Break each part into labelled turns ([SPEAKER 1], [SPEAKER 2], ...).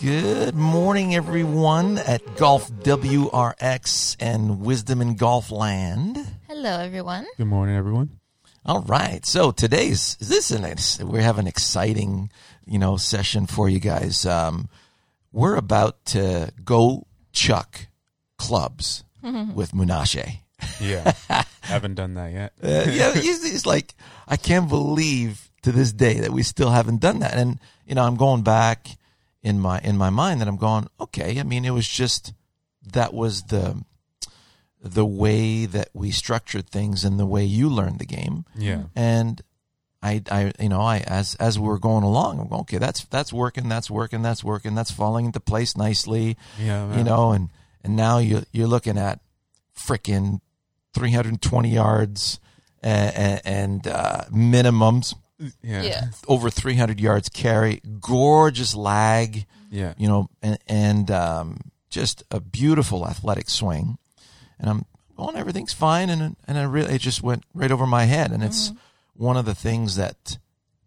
[SPEAKER 1] Good morning, everyone, at Golf WRX and Wisdom in Golf Land.
[SPEAKER 2] Hello, everyone.
[SPEAKER 3] Good morning, everyone.
[SPEAKER 1] All right, so today's is this an ex- we have an exciting you know session for you guys. Um, we're about to go chuck clubs with Munashe.
[SPEAKER 3] Yeah, haven't done that yet.
[SPEAKER 1] Uh, yeah, he's, he's like, I can't believe to this day that we still haven't done that. And you know, I'm going back in my in my mind that I'm going, okay. I mean, it was just that was the the way that we structured things and the way you learned the game.
[SPEAKER 3] Yeah,
[SPEAKER 1] And I, I, you know, I as as we were going along, I'm going, okay, that's that's working, that's working, that's working, that's falling into place nicely
[SPEAKER 3] yeah. uh,
[SPEAKER 1] you
[SPEAKER 3] man.
[SPEAKER 1] know, and and now you you're looking at freaking 320 yards and, and uh, minimums
[SPEAKER 3] Yeah, yeah,
[SPEAKER 2] Yeah.
[SPEAKER 1] over 300 yards carry, gorgeous lag,
[SPEAKER 3] yeah.
[SPEAKER 1] you know, and, and um, just a beautiful athletic swing, and I'm going, everything's fine, and and I really it just went right over my head, and it's
[SPEAKER 3] Mm-hmm.
[SPEAKER 1] one of the things that.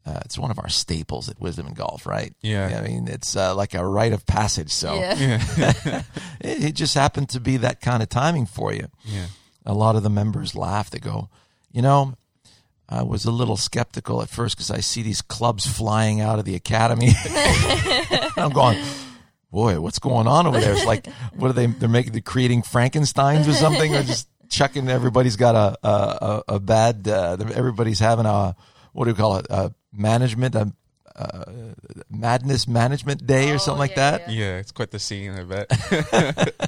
[SPEAKER 1] Uh, it's one of our staples at Wisdom and Golf, right?
[SPEAKER 3] Yeah.
[SPEAKER 1] I mean, it's uh, like a rite of passage. So,
[SPEAKER 2] Yeah.
[SPEAKER 1] it, it just happened to be that kind of timing for you. A lot of the members laugh. They go, you know, I was a little skeptical at first because I see these clubs flying out of the academy. I'm going, boy, what's going on over there? It's like, what are they? They're making, they're creating Frankenstein's or something, or just chucking. Everybody's got a a, a, a bad. Uh, everybody's having a what do you call it? A management a, uh madness management day or
[SPEAKER 2] Oh,
[SPEAKER 1] something like
[SPEAKER 2] yeah,
[SPEAKER 1] that.
[SPEAKER 2] yeah.
[SPEAKER 3] Yeah, It's quite the scene, I bet.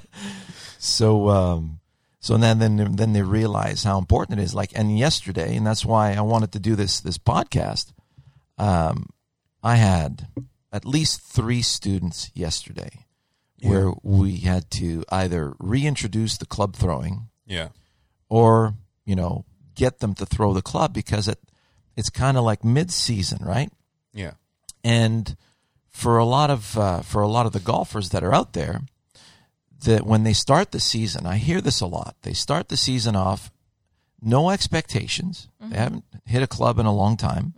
[SPEAKER 1] So um so then then then they realize how important it is. Like and yesterday, and that's why I wanted to do this this podcast. Um, I had at least three students yesterday where we had to either reintroduce the club throwing
[SPEAKER 3] yeah,
[SPEAKER 1] or you know get them to throw the club because it it's kind of like mid season, right?
[SPEAKER 3] yeah,
[SPEAKER 1] and for a lot of uh, for a lot of the golfers that are out there that when they start the season i hear this a lot they start the season off no expectations they haven't hit a club in a long time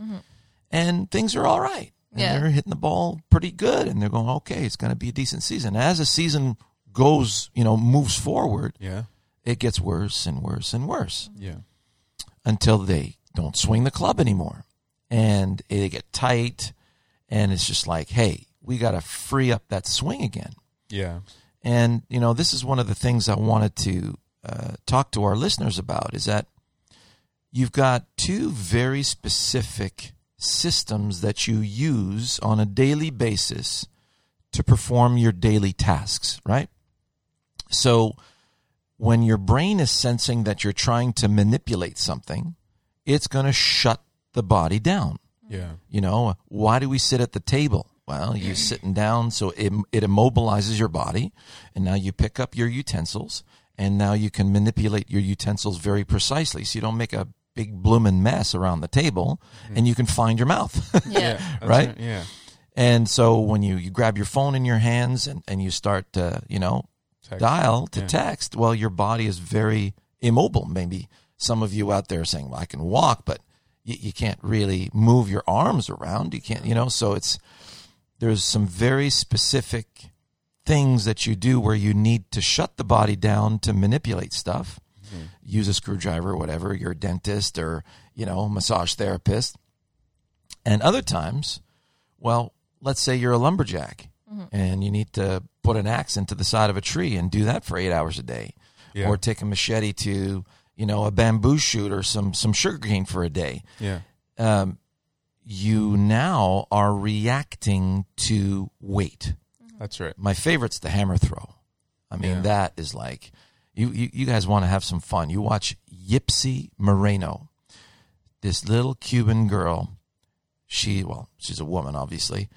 [SPEAKER 1] and things are all right and
[SPEAKER 2] Yeah.
[SPEAKER 1] they're hitting the ball pretty good and they're going okay it's going to be a decent season as a season goes you know moves forward
[SPEAKER 3] yeah,
[SPEAKER 1] it gets worse and worse and worse
[SPEAKER 3] yeah,
[SPEAKER 1] until they don't swing the club anymore and they get tight and it's just like hey we got to free up that swing again
[SPEAKER 3] yeah,
[SPEAKER 1] and you know this is one of the things i wanted to uh, talk to our listeners about is that you've got two very specific systems that you use on a daily basis to perform your daily tasks right so when your brain is sensing that you're trying to manipulate something, it's going to shut the body down.
[SPEAKER 3] yeah,
[SPEAKER 1] You know, why do we sit at the table? Well, you're sitting down, so it, it immobilizes your body. And now you pick up your utensils, and now you can manipulate your utensils very precisely so you don't make a big bloomin' mess around the table and you can find your mouth.
[SPEAKER 2] Yeah.
[SPEAKER 3] that's
[SPEAKER 1] Right?
[SPEAKER 3] Yeah,
[SPEAKER 1] and so when you, you grab your phone in your hands and, and you start to, you know,
[SPEAKER 3] Text.
[SPEAKER 1] dial to
[SPEAKER 3] Yeah.
[SPEAKER 1] text, well, your body is very immobile. Maybe some of you out there are saying, well, I can walk, but you, you can't really move your arms around. You can't, you know, so it's, there's some very specific things that you do where you need to shut the body down to manipulate stuff.
[SPEAKER 3] Mm-hmm.
[SPEAKER 1] Use a screwdriver, whatever, your dentist or, you know, massage therapist. And other times, well, let's say you're a lumberjack and you need to put an axe into the side of a tree and do that for eight hours a day,
[SPEAKER 3] Yeah.
[SPEAKER 1] or take a machete to you know a bamboo shoot or some some sugarcane for a day.
[SPEAKER 3] yeah,
[SPEAKER 1] Um, you now are reacting to weight.
[SPEAKER 3] that's right.
[SPEAKER 1] My favorite's the hammer throw. I mean,
[SPEAKER 3] Yeah.
[SPEAKER 1] that is like you, you you guys want to have some fun. You watch Yipsy Moreno, this little Cuban girl. She well, she's a woman, obviously,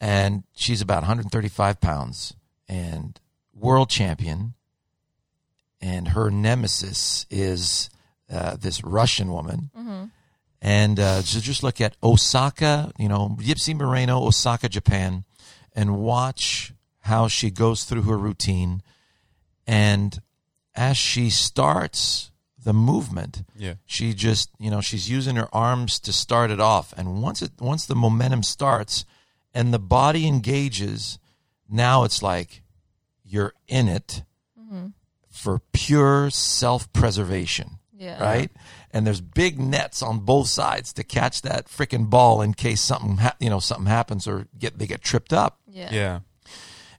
[SPEAKER 1] and she's about 135 pounds and world champion. And her nemesis is uh, this Russian woman. And uh, so just look at Osaka, you know, Gypsy Moreno, Osaka, Japan, and watch how she goes through her routine. And as she starts the movement.
[SPEAKER 3] Yeah.
[SPEAKER 1] She just, you know, she's using her arms to start it off, and once it once the momentum starts, and the body engages, now it's like you're in it for pure self preservation
[SPEAKER 2] Yeah.
[SPEAKER 1] right? And there's big nets on both sides to catch that freaking ball in case something ha- you know something happens or get they get tripped up.
[SPEAKER 2] Yeah.
[SPEAKER 3] Yeah.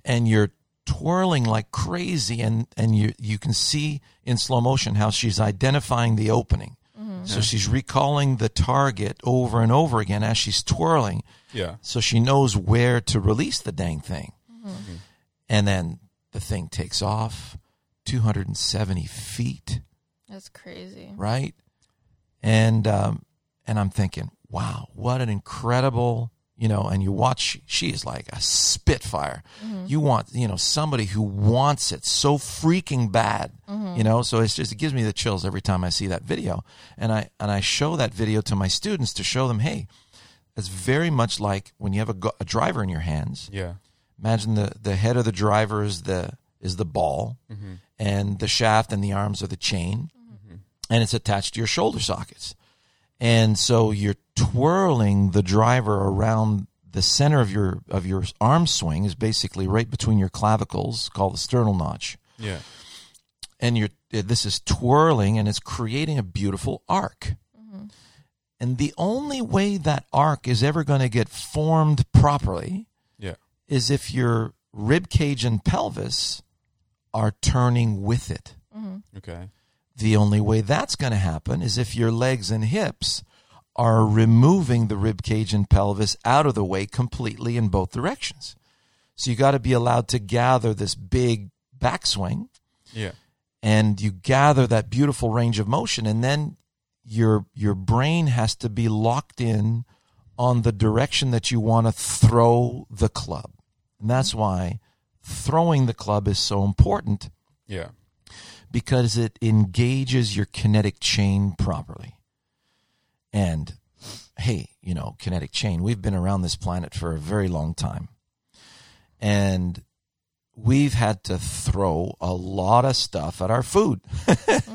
[SPEAKER 1] And you're twirling like crazy, and and you you can see in slow motion how she's identifying the opening. So she's recalling the target over and over again as she's twirling,
[SPEAKER 3] Yeah.
[SPEAKER 1] so she knows where to release the dang thing. And then the thing takes off 270 feet
[SPEAKER 2] That's crazy.
[SPEAKER 1] right? And um, and I'm thinking, wow, what an incredible, you know. And you watch, she is like a spitfire. You want, you know, somebody who wants it so freaking bad, you know. So it's just it gives me the chills every time I see that video, and I and I show that video to my students to show them, hey, it's very much like when you have a, go- a driver in your hands
[SPEAKER 3] Yeah.
[SPEAKER 1] imagine the the head of the driver is the is the ball and the shaft and the arms are the chain and it's attached to your shoulder sockets and so you're twirling the driver around the center of your of your arm swing is basically right between your clavicles called the sternal notch
[SPEAKER 3] Yeah.
[SPEAKER 1] and you're eh, this is twirling and it's creating a beautiful arc and the only way that arc is ever going to get formed properly
[SPEAKER 3] Yeah.
[SPEAKER 1] is if your rib cage and pelvis are turning with it.
[SPEAKER 3] Okay.
[SPEAKER 1] The only way that's going to happen is if your legs and hips are removing the rib cage and pelvis out of the way completely in both directions. So you got to be allowed to gather this big backswing
[SPEAKER 3] Yeah.
[SPEAKER 1] and you gather that beautiful range of motion and then your your brain has to be locked in on the direction that you want to throw the club and that's why throwing the club is so important
[SPEAKER 3] Yeah.
[SPEAKER 1] because it engages your kinetic chain properly and hey you know kinetic chain we've been around this planet for a very long time and we've had to throw a lot of stuff at our food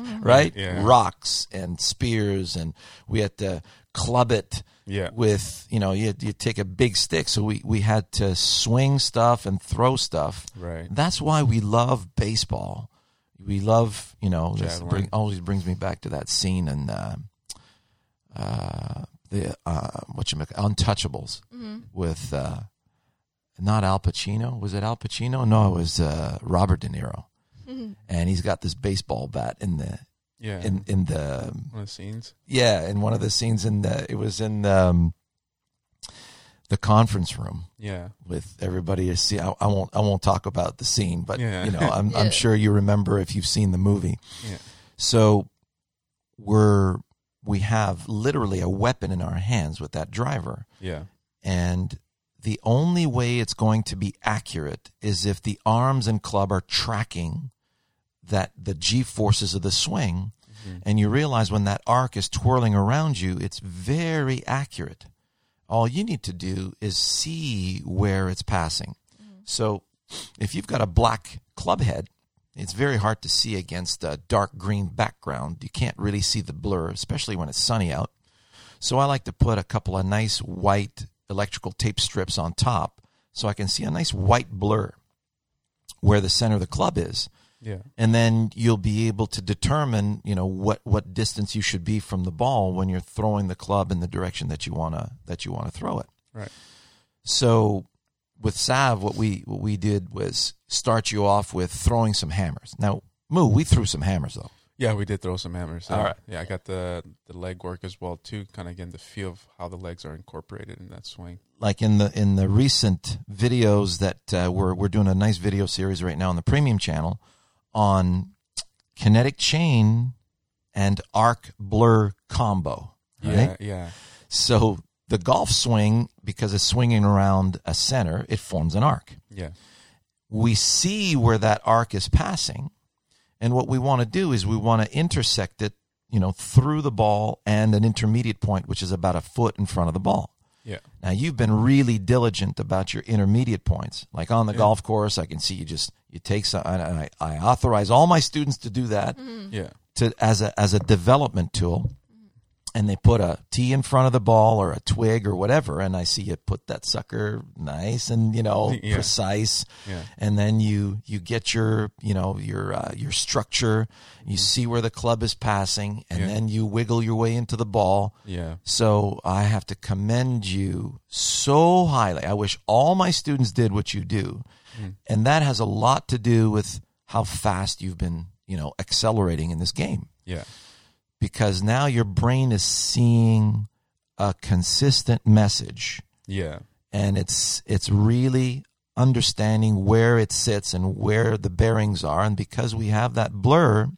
[SPEAKER 2] Mm-hmm.
[SPEAKER 1] right
[SPEAKER 3] Yeah.
[SPEAKER 1] rocks and spears and we had to club it
[SPEAKER 3] Yeah.
[SPEAKER 1] with you know you, you take a big stick so we, we had to swing stuff and throw stuff
[SPEAKER 3] Right.
[SPEAKER 1] that's why we love baseball we love you know this
[SPEAKER 3] Javelin.
[SPEAKER 1] bring, always brings me back to that scene in uh, uh, the uh, what you untouchables
[SPEAKER 2] Mm-hmm.
[SPEAKER 1] with uh, not Al Pacino. Was it Al Pacino? No, it was uh, Robert De Niro.
[SPEAKER 2] Mm-hmm.
[SPEAKER 1] And he's got this baseball bat in the
[SPEAKER 3] Yeah.
[SPEAKER 1] in in the
[SPEAKER 3] One of the scenes.
[SPEAKER 1] yeah in one of the scenes in the it was in um, the conference room
[SPEAKER 3] Yeah.
[SPEAKER 1] with everybody. See, I, I won't I won't talk about the scene, but
[SPEAKER 3] Yeah.
[SPEAKER 1] you know I'm
[SPEAKER 2] Yeah.
[SPEAKER 1] I'm sure you remember if you've seen the movie.
[SPEAKER 3] Yeah.
[SPEAKER 1] So we're we have literally a weapon in our hands with that driver,
[SPEAKER 3] Yeah.
[SPEAKER 1] and the only way it's going to be accurate is if the arms and club are tracking that the g forces of the swing and you realize when that arc is twirling around you it's very accurate all you need to do is see where it's passing so if you've got a black club head it's very hard to see against a dark green background you can't really see the blur especially when it's sunny out so I like to put a couple of nice white electrical tape strips on top so I can see a nice white blur where the center of the club is.
[SPEAKER 3] Yeah.
[SPEAKER 1] And then you'll be able to determine, you know, what, what distance you should be from the ball when you're throwing the club in the direction that you wanna that you wanna throw it.
[SPEAKER 3] Right.
[SPEAKER 1] So with Sav, what we what we did was start you off with throwing some hammers. Now, Moo, we threw some hammers though.
[SPEAKER 3] Yeah, we did throw some hammers.
[SPEAKER 1] All right.
[SPEAKER 3] Yeah, I got the the leg work as well too, kind of getting the feel of how the legs are incorporated in that swing.
[SPEAKER 1] like in the in the recent videos that uh, we're we're doing a nice video series right now on the premium channel on kinetic chain and arc blur combo. Right?
[SPEAKER 3] Yeah.
[SPEAKER 1] So the golf swing because it's swinging around a center, it forms an arc.
[SPEAKER 3] Yeah.
[SPEAKER 1] We see where that arc is passing, and what we want to do is we want to intersect it, you know, through the ball and an intermediate point, which is about a foot in front of the ball.
[SPEAKER 3] Yeah.
[SPEAKER 1] Now you've been really diligent about your intermediate points. Like on the golf course, I can see you just you take some. And I, I authorize all my students to do that
[SPEAKER 3] Yeah.
[SPEAKER 1] to as a as a development tool and they put a tee in front of the ball or a twig or whatever and i see you put that sucker nice and you know
[SPEAKER 3] Yeah.
[SPEAKER 1] precise
[SPEAKER 3] Yeah.
[SPEAKER 1] and then you you get your you know your uh, your structure you see where the club is passing and
[SPEAKER 3] Mm-hmm. Yeah.
[SPEAKER 1] then you wiggle your way into the ball
[SPEAKER 3] Yeah.
[SPEAKER 1] so i have to commend you so highly i wish all my students did what you do and that has a lot to do with how fast you've been you know accelerating in this game
[SPEAKER 3] Yeah.
[SPEAKER 1] because now your brain is seeing a consistent message
[SPEAKER 3] Yeah.
[SPEAKER 1] and it's it's really understanding where it sits and where the bearings are and because we have that blur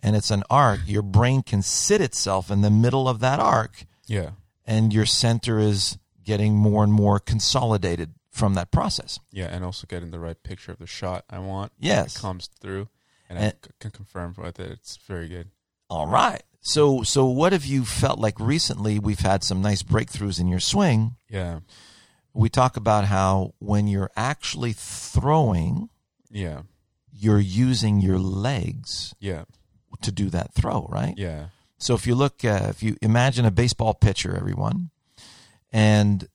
[SPEAKER 1] and it's an arc your brain can sit itself in the middle of that arc
[SPEAKER 3] Yeah.
[SPEAKER 1] and your center is getting more and more consolidated from that process
[SPEAKER 3] Yeah. And also getting the right picture of the shot I want.
[SPEAKER 1] yes
[SPEAKER 3] comes through, and, I
[SPEAKER 1] And-
[SPEAKER 3] c- can confirm with it. It's very good.
[SPEAKER 1] All right. So so what have you felt like recently we've had some nice breakthroughs in your swing?
[SPEAKER 3] Yeah,
[SPEAKER 1] We talk about how when you're actually throwing,
[SPEAKER 3] yeah,
[SPEAKER 1] you're using your legs
[SPEAKER 3] yeah,
[SPEAKER 1] to do that throw, right?
[SPEAKER 3] yeah,
[SPEAKER 1] So if you look uh, if you imagine a baseball pitcher everyone and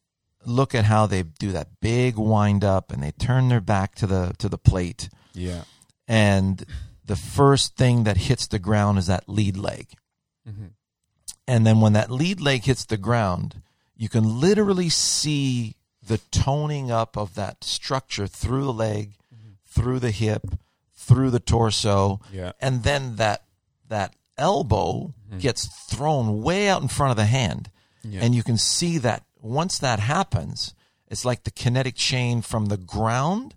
[SPEAKER 1] look at how they do that big wind up and they turn their back to the to the plate
[SPEAKER 3] yeah,
[SPEAKER 1] and the first thing that hits the ground is that lead leg.
[SPEAKER 3] hmm
[SPEAKER 1] And then when that lead leg hits the ground, you can literally see the toning up of that structure through the leg, through the hip, through the torso,
[SPEAKER 3] yeah, mm-hmm,
[SPEAKER 1] and then that that elbow
[SPEAKER 3] Mm.
[SPEAKER 1] gets thrown way out in front of the hand.
[SPEAKER 3] Yeah.
[SPEAKER 1] And you can see that once that happens, it's like the kinetic chain from the ground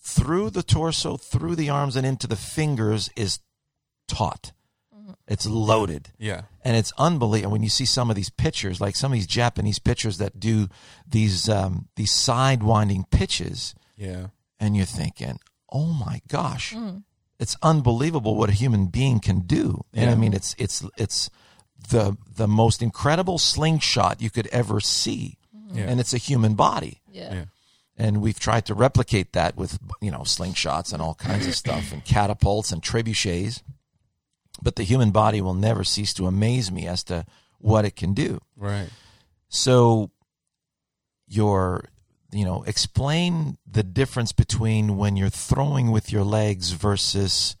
[SPEAKER 1] through the torso, through the arms and into the fingers is taut. It's loaded
[SPEAKER 3] yeah,
[SPEAKER 1] and it's unbelievable when you see some of these pitchers, like some of these Japanese pitchers that do these um, these side winding pitches,
[SPEAKER 3] yeah,
[SPEAKER 1] and you're thinking, "Oh my gosh,
[SPEAKER 2] Mm-hmm.
[SPEAKER 1] it's unbelievable what a human being can do." And I
[SPEAKER 3] Yeah.
[SPEAKER 1] mean, it's it's it's the the most incredible slingshot you could ever see,
[SPEAKER 3] Yeah.
[SPEAKER 1] and it's a human body.
[SPEAKER 2] Yeah.
[SPEAKER 3] yeah,
[SPEAKER 1] And we've tried to replicate that with you know slingshots and all kinds of stuff, and catapults and trebuchets. But the human body will never cease to amaze me as to what it can do.
[SPEAKER 3] right.
[SPEAKER 1] So your you know, explain the difference between when you're throwing with your legs versus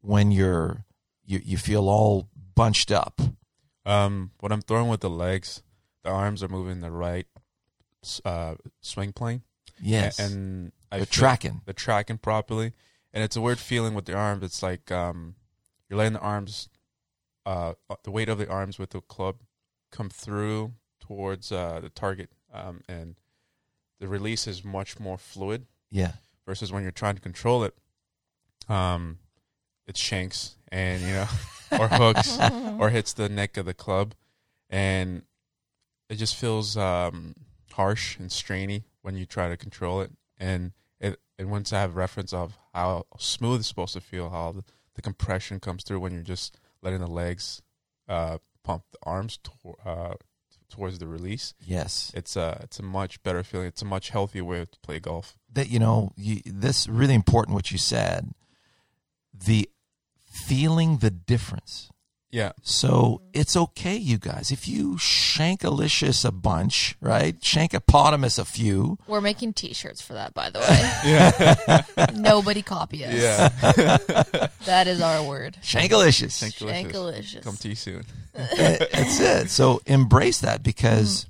[SPEAKER 1] when you're you, you feel all bunched up.
[SPEAKER 3] Um, when I'm throwing with the legs, the arms are moving the right s- uh, swing plane.
[SPEAKER 1] Yes.
[SPEAKER 3] A- and I
[SPEAKER 1] They're
[SPEAKER 3] feel-
[SPEAKER 1] tracking.
[SPEAKER 3] They're tracking properly, and it's a weird feeling with the arms. It's like um, you're letting the arms, uh, the weight of the arms with the club, come through towards uh, the target, um, and the release is much more fluid
[SPEAKER 1] yeah.
[SPEAKER 3] versus when you're trying to control it. Um, it shanks and you know, or hooks
[SPEAKER 2] Mm-hmm.
[SPEAKER 3] or hits the neck of the club, and it just feels um, harsh and strainy when you try to control it. And it, and once I have reference of how smooth it's supposed to feel, how the, the compression comes through when you're just letting the legs uh, pump the arms to, uh, towards the release.
[SPEAKER 1] Yes.
[SPEAKER 3] It's a it's a much better feeling. It's a much healthier way to play golf.
[SPEAKER 1] That you know, you, this really important what you said. The feeling the difference.
[SPEAKER 3] Yeah,
[SPEAKER 1] So it's okay, you guys. If you shankalicious a bunch, right? Shankopotamus a few.
[SPEAKER 2] We're making T-shirts for that, by the way.
[SPEAKER 3] yeah,
[SPEAKER 2] Nobody copy us.
[SPEAKER 3] yeah.
[SPEAKER 2] That is our word.
[SPEAKER 1] Shankalicious.
[SPEAKER 2] Shankalicious.
[SPEAKER 3] Come tea soon.
[SPEAKER 1] That's it. So embrace that because,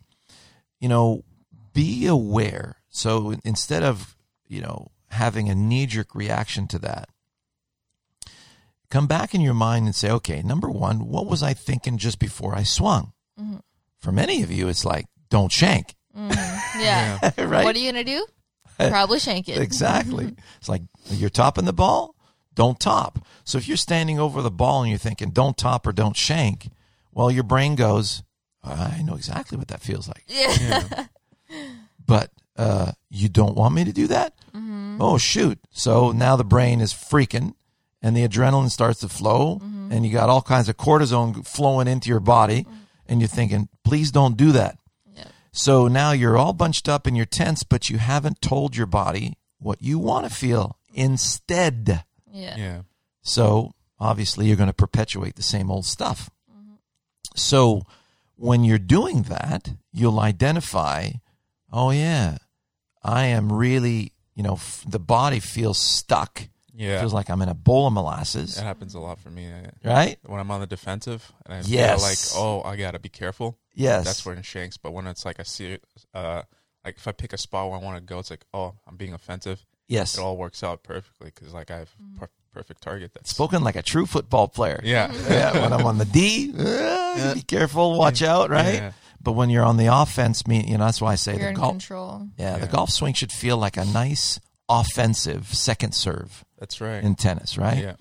[SPEAKER 1] you know, be aware. So in- instead of, you know, having a knee jerk reaction to that, come back in your mind and say, okay, number one, what was I thinking just before I swung? For many of you, it's like, don't shank,
[SPEAKER 2] Mm-hmm. Yeah.
[SPEAKER 1] right?
[SPEAKER 2] What are you gonna do? Probably shank it.
[SPEAKER 1] Exactly. It's like you're topping the ball, don't top. So if you're standing over the ball and you're thinking don't top or don't shank, well, your brain goes, I know exactly what that feels like.
[SPEAKER 2] Yeah.
[SPEAKER 1] But uh, you don't want me to do that?
[SPEAKER 2] Mm-hmm.
[SPEAKER 1] Oh, shoot. So now the brain is freaking and the adrenaline starts to flow
[SPEAKER 2] Mm-hmm.
[SPEAKER 1] and you got all kinds of cortisone flowing into your body and you're thinking, please don't do that.
[SPEAKER 2] Yeah.
[SPEAKER 1] So now you're all bunched up and you're tense, but you haven't told your body what you want to feel instead.
[SPEAKER 2] Yeah.
[SPEAKER 3] Yeah,
[SPEAKER 1] So obviously you're going to perpetuate the same old stuff. So when you're doing that, you'll identify, oh yeah, I am really, you know, f- the body feels stuck.
[SPEAKER 3] Yeah,
[SPEAKER 1] Feels like I'm in a bowl of molasses,
[SPEAKER 3] that happens a lot for me. I-
[SPEAKER 1] right?
[SPEAKER 3] When I'm on the defensive and I
[SPEAKER 1] Yes.
[SPEAKER 3] feel like, oh, I gotta be careful.
[SPEAKER 1] Yes.
[SPEAKER 3] That's where it shanks. But when it's like I see it, uh, like if I pick a spot where I want to go, it's like, oh, I'm being offensive.
[SPEAKER 1] yes.
[SPEAKER 3] It all works out perfectly because like I have per- perfect target. That's
[SPEAKER 1] Spoken like a true football player.
[SPEAKER 3] Yeah,
[SPEAKER 1] yeah, when I'm on the D, uh, be careful, watch out, right?
[SPEAKER 3] Yeah.
[SPEAKER 1] But when you're on the offense, me, you know, that's why I say
[SPEAKER 2] You're
[SPEAKER 1] the
[SPEAKER 2] in
[SPEAKER 1] golf.
[SPEAKER 2] control.
[SPEAKER 1] Yeah, the
[SPEAKER 3] Yeah.
[SPEAKER 1] golf swing should feel like a nice offensive second serve
[SPEAKER 3] that's right.
[SPEAKER 1] in tennis, right?
[SPEAKER 3] Yeah,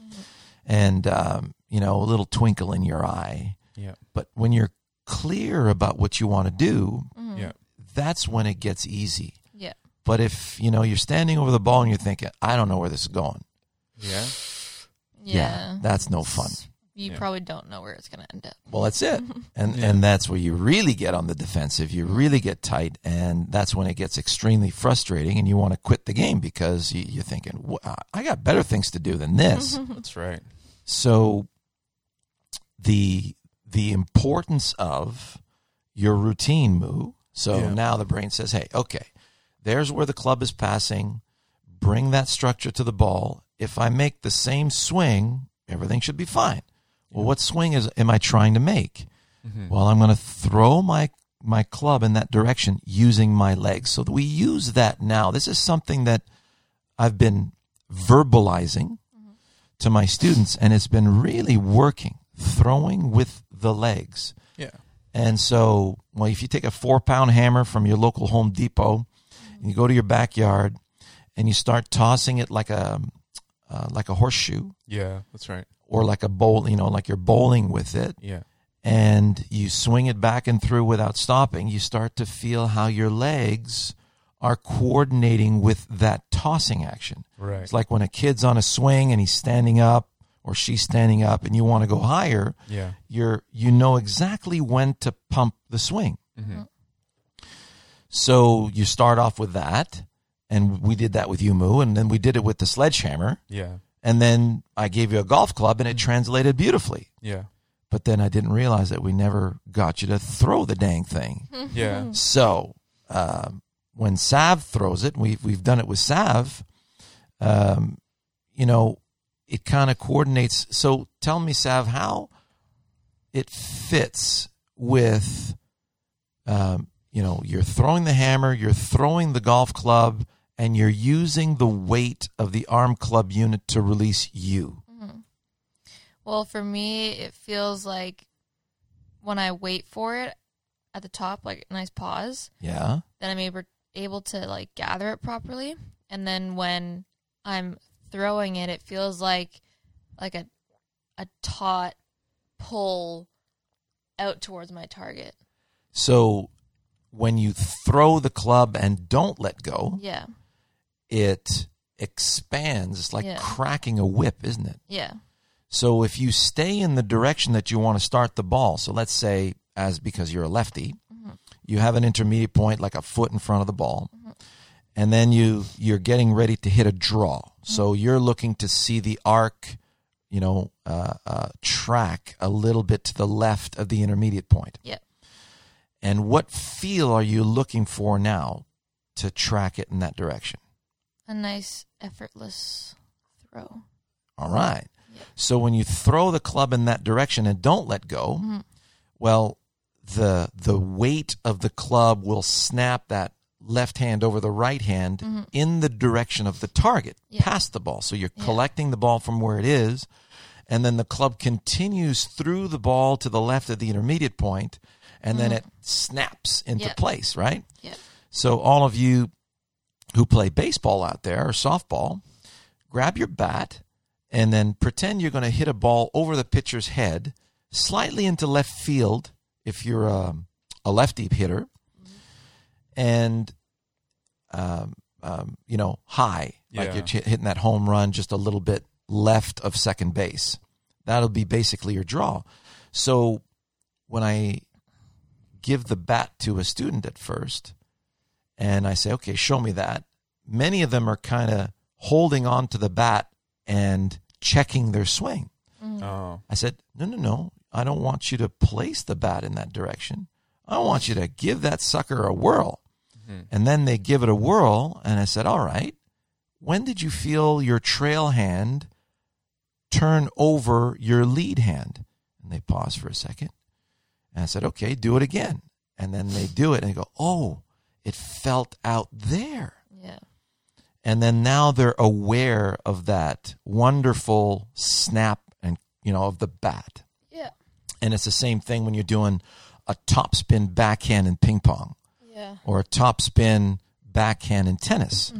[SPEAKER 1] And um, you know, a little twinkle in your eye.
[SPEAKER 3] yeah,
[SPEAKER 1] But when you're clear about what you want to do,
[SPEAKER 3] yeah.
[SPEAKER 1] that's when it gets easy.
[SPEAKER 2] Mm-hmm. Yeah.
[SPEAKER 1] But if you know you're standing over the ball and you're thinking, I don't know where this is going.
[SPEAKER 3] Yeah,
[SPEAKER 2] Yeah.
[SPEAKER 1] that's no fun.
[SPEAKER 2] You
[SPEAKER 3] Yeah.
[SPEAKER 2] probably don't know where it's going to end up.
[SPEAKER 1] Well, that's it, and
[SPEAKER 3] Yeah.
[SPEAKER 1] and that's where you really get on the defensive. You really get tight, and that's when it gets extremely frustrating, and you want to quit the game because you, you're thinking, "Wha- I got better things to do than this.
[SPEAKER 2] Mm-hmm.
[SPEAKER 3] that's right.
[SPEAKER 1] So the the importance of your routine move. So
[SPEAKER 3] Yeah.
[SPEAKER 1] now the brain says, "Hey, okay, there's where the club is passing. Bring that structure to the ball. If I make the same swing, everything should be fine." Well, what swing is am I trying to make? Well, I'm going to throw my my club in that direction using my legs. So that we use that now. This is something that I've been verbalizing to my students, and it's been really working, throwing with the legs.
[SPEAKER 3] Yeah,
[SPEAKER 1] And so, well, if you take a four pound hammer from your local Home Depot and you go to your backyard and you start tossing it like a uh, like a horseshoe
[SPEAKER 3] yeah, that's right.
[SPEAKER 1] or like a bowl, you know, like you're bowling with it,
[SPEAKER 3] Yeah,
[SPEAKER 1] and you swing it back and through without stopping, you start to feel how your legs are coordinating with that tossing action.
[SPEAKER 3] right.
[SPEAKER 1] It's like when a kid's on a swing and he's standing up or she's standing up and you want to go higher,
[SPEAKER 3] yeah,
[SPEAKER 1] you're you know exactly when to pump the swing.
[SPEAKER 3] Mm-hmm.
[SPEAKER 2] Mm-hmm.
[SPEAKER 1] So you start off with that and we did that with you Moo and then we did it with the sledgehammer
[SPEAKER 3] yeah,
[SPEAKER 1] and then I gave you a golf club and it translated beautifully.
[SPEAKER 3] yeah,
[SPEAKER 1] But then I didn't realize that we never got you to throw the dang thing.
[SPEAKER 3] yeah,
[SPEAKER 1] So um, when Sav throws it, we've we've done it with Sav. Um, you know, it kind of coordinates. So tell me, Sav, how it fits with, um, you know, you're throwing the hammer, you're throwing the golf club, and you're using the weight of the arm club unit to release you.
[SPEAKER 2] Well, for me, it feels like when I wait for it at the top, like a nice pause,
[SPEAKER 1] Yeah.
[SPEAKER 2] then I'm able, able to like gather it properly. And then when I'm throwing it, it feels like like a a taut pull out towards my target.
[SPEAKER 1] So when you throw the club and don't let go,
[SPEAKER 2] Yeah.
[SPEAKER 1] it expands. It's like
[SPEAKER 2] Yeah.
[SPEAKER 1] cracking a whip, isn't it?
[SPEAKER 2] Yeah.
[SPEAKER 1] So if you stay in the direction that you want to start the ball, so let's say as because you're a lefty,
[SPEAKER 2] Mm-hmm.
[SPEAKER 1] you have an intermediate point like a foot in front of the ball. And then you you're getting ready to hit a draw.
[SPEAKER 2] Mm-hmm.
[SPEAKER 1] So you're looking to see the arc, you know, uh, uh, track a little bit to the left of the intermediate point.
[SPEAKER 2] Yep.
[SPEAKER 1] And what feel are you looking for now to track it in that direction?
[SPEAKER 2] A nice effortless throw.
[SPEAKER 1] All right. So when you throw the club in that direction and don't let go,
[SPEAKER 2] Mm-hmm.
[SPEAKER 1] well, the the weight of the club will snap that left hand over the right hand in the direction of the target,
[SPEAKER 2] Mm-hmm. Yeah.
[SPEAKER 1] past the ball. So you're
[SPEAKER 2] Yeah.
[SPEAKER 1] collecting the ball from where it is, and then the club continues through the ball to the left of the intermediate point, and then it snaps into
[SPEAKER 2] Mm-hmm. Yeah.
[SPEAKER 1] place, right?
[SPEAKER 2] Yep.
[SPEAKER 1] So all of you who play baseball out there or softball, grab your bat and then pretend you're going to hit a ball over the pitcher's head, slightly into left field if you're um, a lefty hitter, and um, um, you know high, like
[SPEAKER 3] Yeah.
[SPEAKER 1] you're ch- hitting that home run just a little bit left of second base. That'll be basically your draw. So when I give the bat to a student at first, and I say, okay, show me that. Many of them are kind of holding on to the bat and checking their swing.
[SPEAKER 3] Oh,
[SPEAKER 1] I said, no, no, no. I don't want you to place the bat in that direction. I want you to give that sucker a whirl.
[SPEAKER 3] Mhm.
[SPEAKER 1] And then they give it a whirl. And I said, all right. When did you feel your trail hand turn over your lead hand? And they pause for a second. And I said, okay, do it again. And then they do it and they go, oh, it felt out there.
[SPEAKER 2] Yeah.
[SPEAKER 1] and then now they're aware of that wonderful snap and you know of the bat
[SPEAKER 2] Yeah.
[SPEAKER 1] and it's the same thing when you're doing a topspin backhand in ping pong
[SPEAKER 2] Yeah. Mm-hmm.
[SPEAKER 1] or a topspin backhand in tennis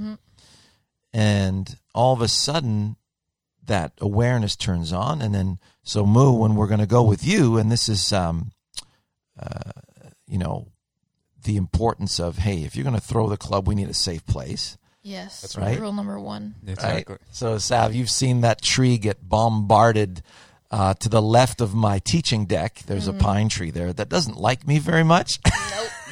[SPEAKER 1] and all of a sudden that awareness turns on and then so moo when we're going to go with you and this is um, uh, you know the importance of hey if you're going to throw the club we need a safe place
[SPEAKER 2] Yes.
[SPEAKER 3] That's
[SPEAKER 1] right.
[SPEAKER 2] Rule number one.
[SPEAKER 3] exactly.
[SPEAKER 1] Right? So, Sav, you've seen that tree get bombarded uh, to the left of my teaching deck. There's a pine tree there that doesn't like me very much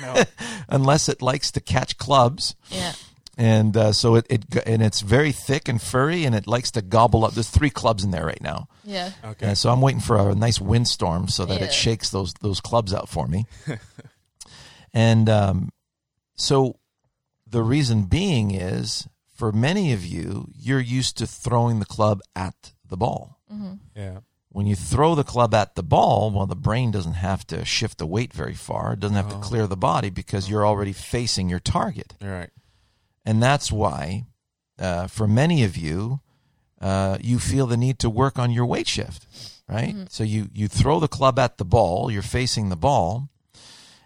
[SPEAKER 3] No,
[SPEAKER 1] unless it likes to catch clubs.
[SPEAKER 2] Yeah.
[SPEAKER 1] And uh, so it, it go- and it's very thick and furry, and it likes to gobble up. There's three clubs in there right now,
[SPEAKER 2] Yeah.
[SPEAKER 3] okay.
[SPEAKER 1] and so I'm waiting for a nice windstorm so that
[SPEAKER 2] Yeah.
[SPEAKER 1] it shakes those those clubs out for me. and um, so the reason being is for many of you, you're used to throwing the club at the ball.
[SPEAKER 2] Mm-hmm.
[SPEAKER 3] Yeah,
[SPEAKER 1] When you throw the club at the ball, well, the brain doesn't have to shift the weight very far. It doesn't have to clear the body because you're already facing your target.
[SPEAKER 3] you're right.
[SPEAKER 1] And that's why, uh, for many of you, uh, you feel the need to work on your weight shift, right? So you, you throw the club at the ball, you're facing the ball,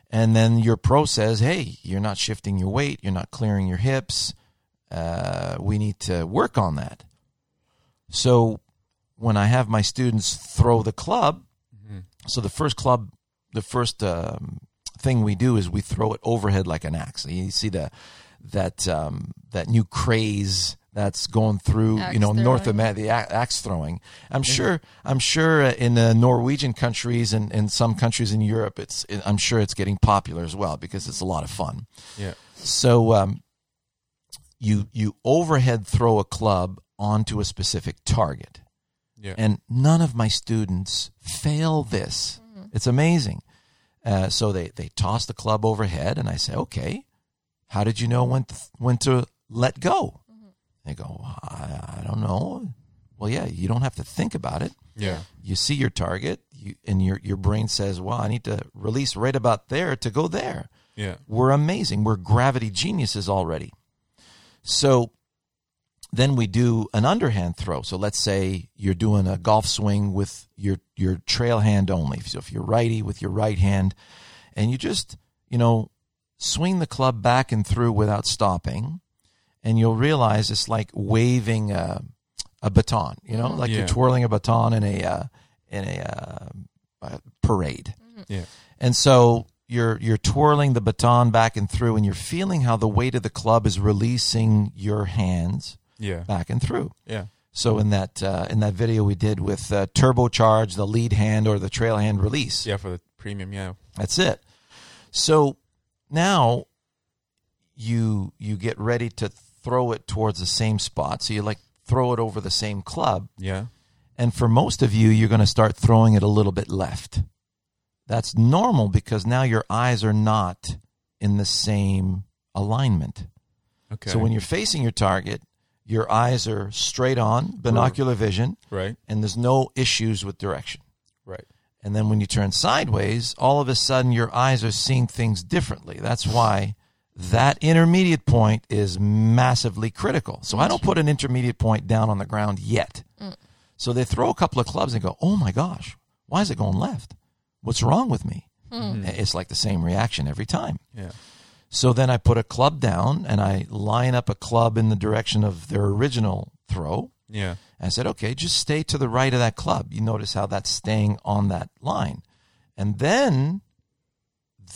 [SPEAKER 1] and then your pro says, hey, you're not shifting your weight, you're not clearing your hips. Uh, we need to work on that. So when I have my students throw the club,
[SPEAKER 3] Mm-hmm.
[SPEAKER 1] so the first club, the first um, thing we do is we throw it overhead like an axe. You see the that um, that new craze that's going through,
[SPEAKER 2] Axe
[SPEAKER 1] you know, North
[SPEAKER 2] throwing.
[SPEAKER 1] America, the a- axe throwing. I'm sure, I'm sure uh, in the Norwegian countries and in some countries in Europe, it's, I'm sure it's getting popular as well because it's a lot of fun.
[SPEAKER 3] Yeah,
[SPEAKER 1] So um, you you overhead throw a club onto a specific target,
[SPEAKER 3] yeah,
[SPEAKER 1] and none of my students fail this.
[SPEAKER 2] Mm-hmm.
[SPEAKER 1] It's amazing. Uh, so they they toss the club overhead, and I say, okay, how did you know when to, when to let go?
[SPEAKER 2] Mm-hmm.
[SPEAKER 1] They go, "Well, I, I don't know. Well, yeah, you don't have to think about it.
[SPEAKER 3] yeah,
[SPEAKER 1] You see your target, you, and your your brain says, well, I need to release right about there to go there
[SPEAKER 3] yeah,
[SPEAKER 1] we're amazing. We're gravity geniuses already. So then we do an underhand throw. So let's say you're doing a golf swing with your your trail hand only. So if you're righty with your right hand and you just, you know, swing the club back and through without stopping and you'll realize it's like waving a, a baton, you know, like
[SPEAKER 3] Yeah.
[SPEAKER 1] you're twirling a baton in a uh, in a, uh, uh parade.
[SPEAKER 2] Mm-hmm.
[SPEAKER 3] yeah,
[SPEAKER 1] And so you're you're twirling the baton back and through, and you're feeling how the weight of the club is releasing your hands
[SPEAKER 3] yeah,
[SPEAKER 1] back and through.
[SPEAKER 3] yeah,
[SPEAKER 1] So in that uh, in that video we did with uh, turbocharge, the lead hand or the trail hand release.
[SPEAKER 3] yeah. For the premium, yeah,
[SPEAKER 1] That's it. So now you you get ready to throw it towards the same spot. So you like throw it over the same club.
[SPEAKER 3] yeah,
[SPEAKER 1] And for most of you, you're going to start throwing it a little bit left. That's normal because now your eyes are not in the same alignment.
[SPEAKER 3] okay.
[SPEAKER 1] So when you're facing your target, your eyes are straight on, binocular vision,
[SPEAKER 3] right,
[SPEAKER 1] and there's no issues with direction.
[SPEAKER 3] right,
[SPEAKER 1] And then when you turn sideways, all of a sudden your eyes are seeing things differently. That's why that intermediate point is massively critical. So I don't put an intermediate point down on the ground yet. So they throw a couple of clubs and go, oh my gosh, why is it going left? What's wrong with me?
[SPEAKER 2] Hmm.
[SPEAKER 1] It's like the same reaction every time.
[SPEAKER 3] Mm-hmm. yeah,
[SPEAKER 1] So then I put a club down and I line up a club in the direction of their original throw.
[SPEAKER 3] yeah,
[SPEAKER 1] I said, okay, just stay to the right of that club. You notice how that's staying on that line. And then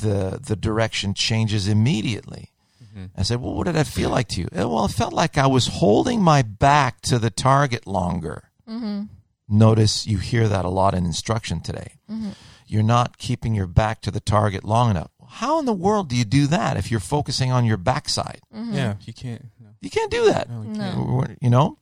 [SPEAKER 1] the the direction changes immediately.
[SPEAKER 3] Mm-hmm.
[SPEAKER 1] I said, well, what did that feel like to you? "Eh, well, it felt like I was holding my back to the target longer.
[SPEAKER 2] Mm-hmm.
[SPEAKER 1] Notice you hear that a lot in instruction today.
[SPEAKER 2] Mm-hmm.
[SPEAKER 1] You're not keeping your back to the target long enough. How in the world do you do that if you're focusing on your backside?
[SPEAKER 2] Mm-hmm.
[SPEAKER 3] yeah. You can't. No,
[SPEAKER 1] You can't do that.
[SPEAKER 3] no, you
[SPEAKER 2] Hmm. No.
[SPEAKER 3] can't.
[SPEAKER 1] We're- you know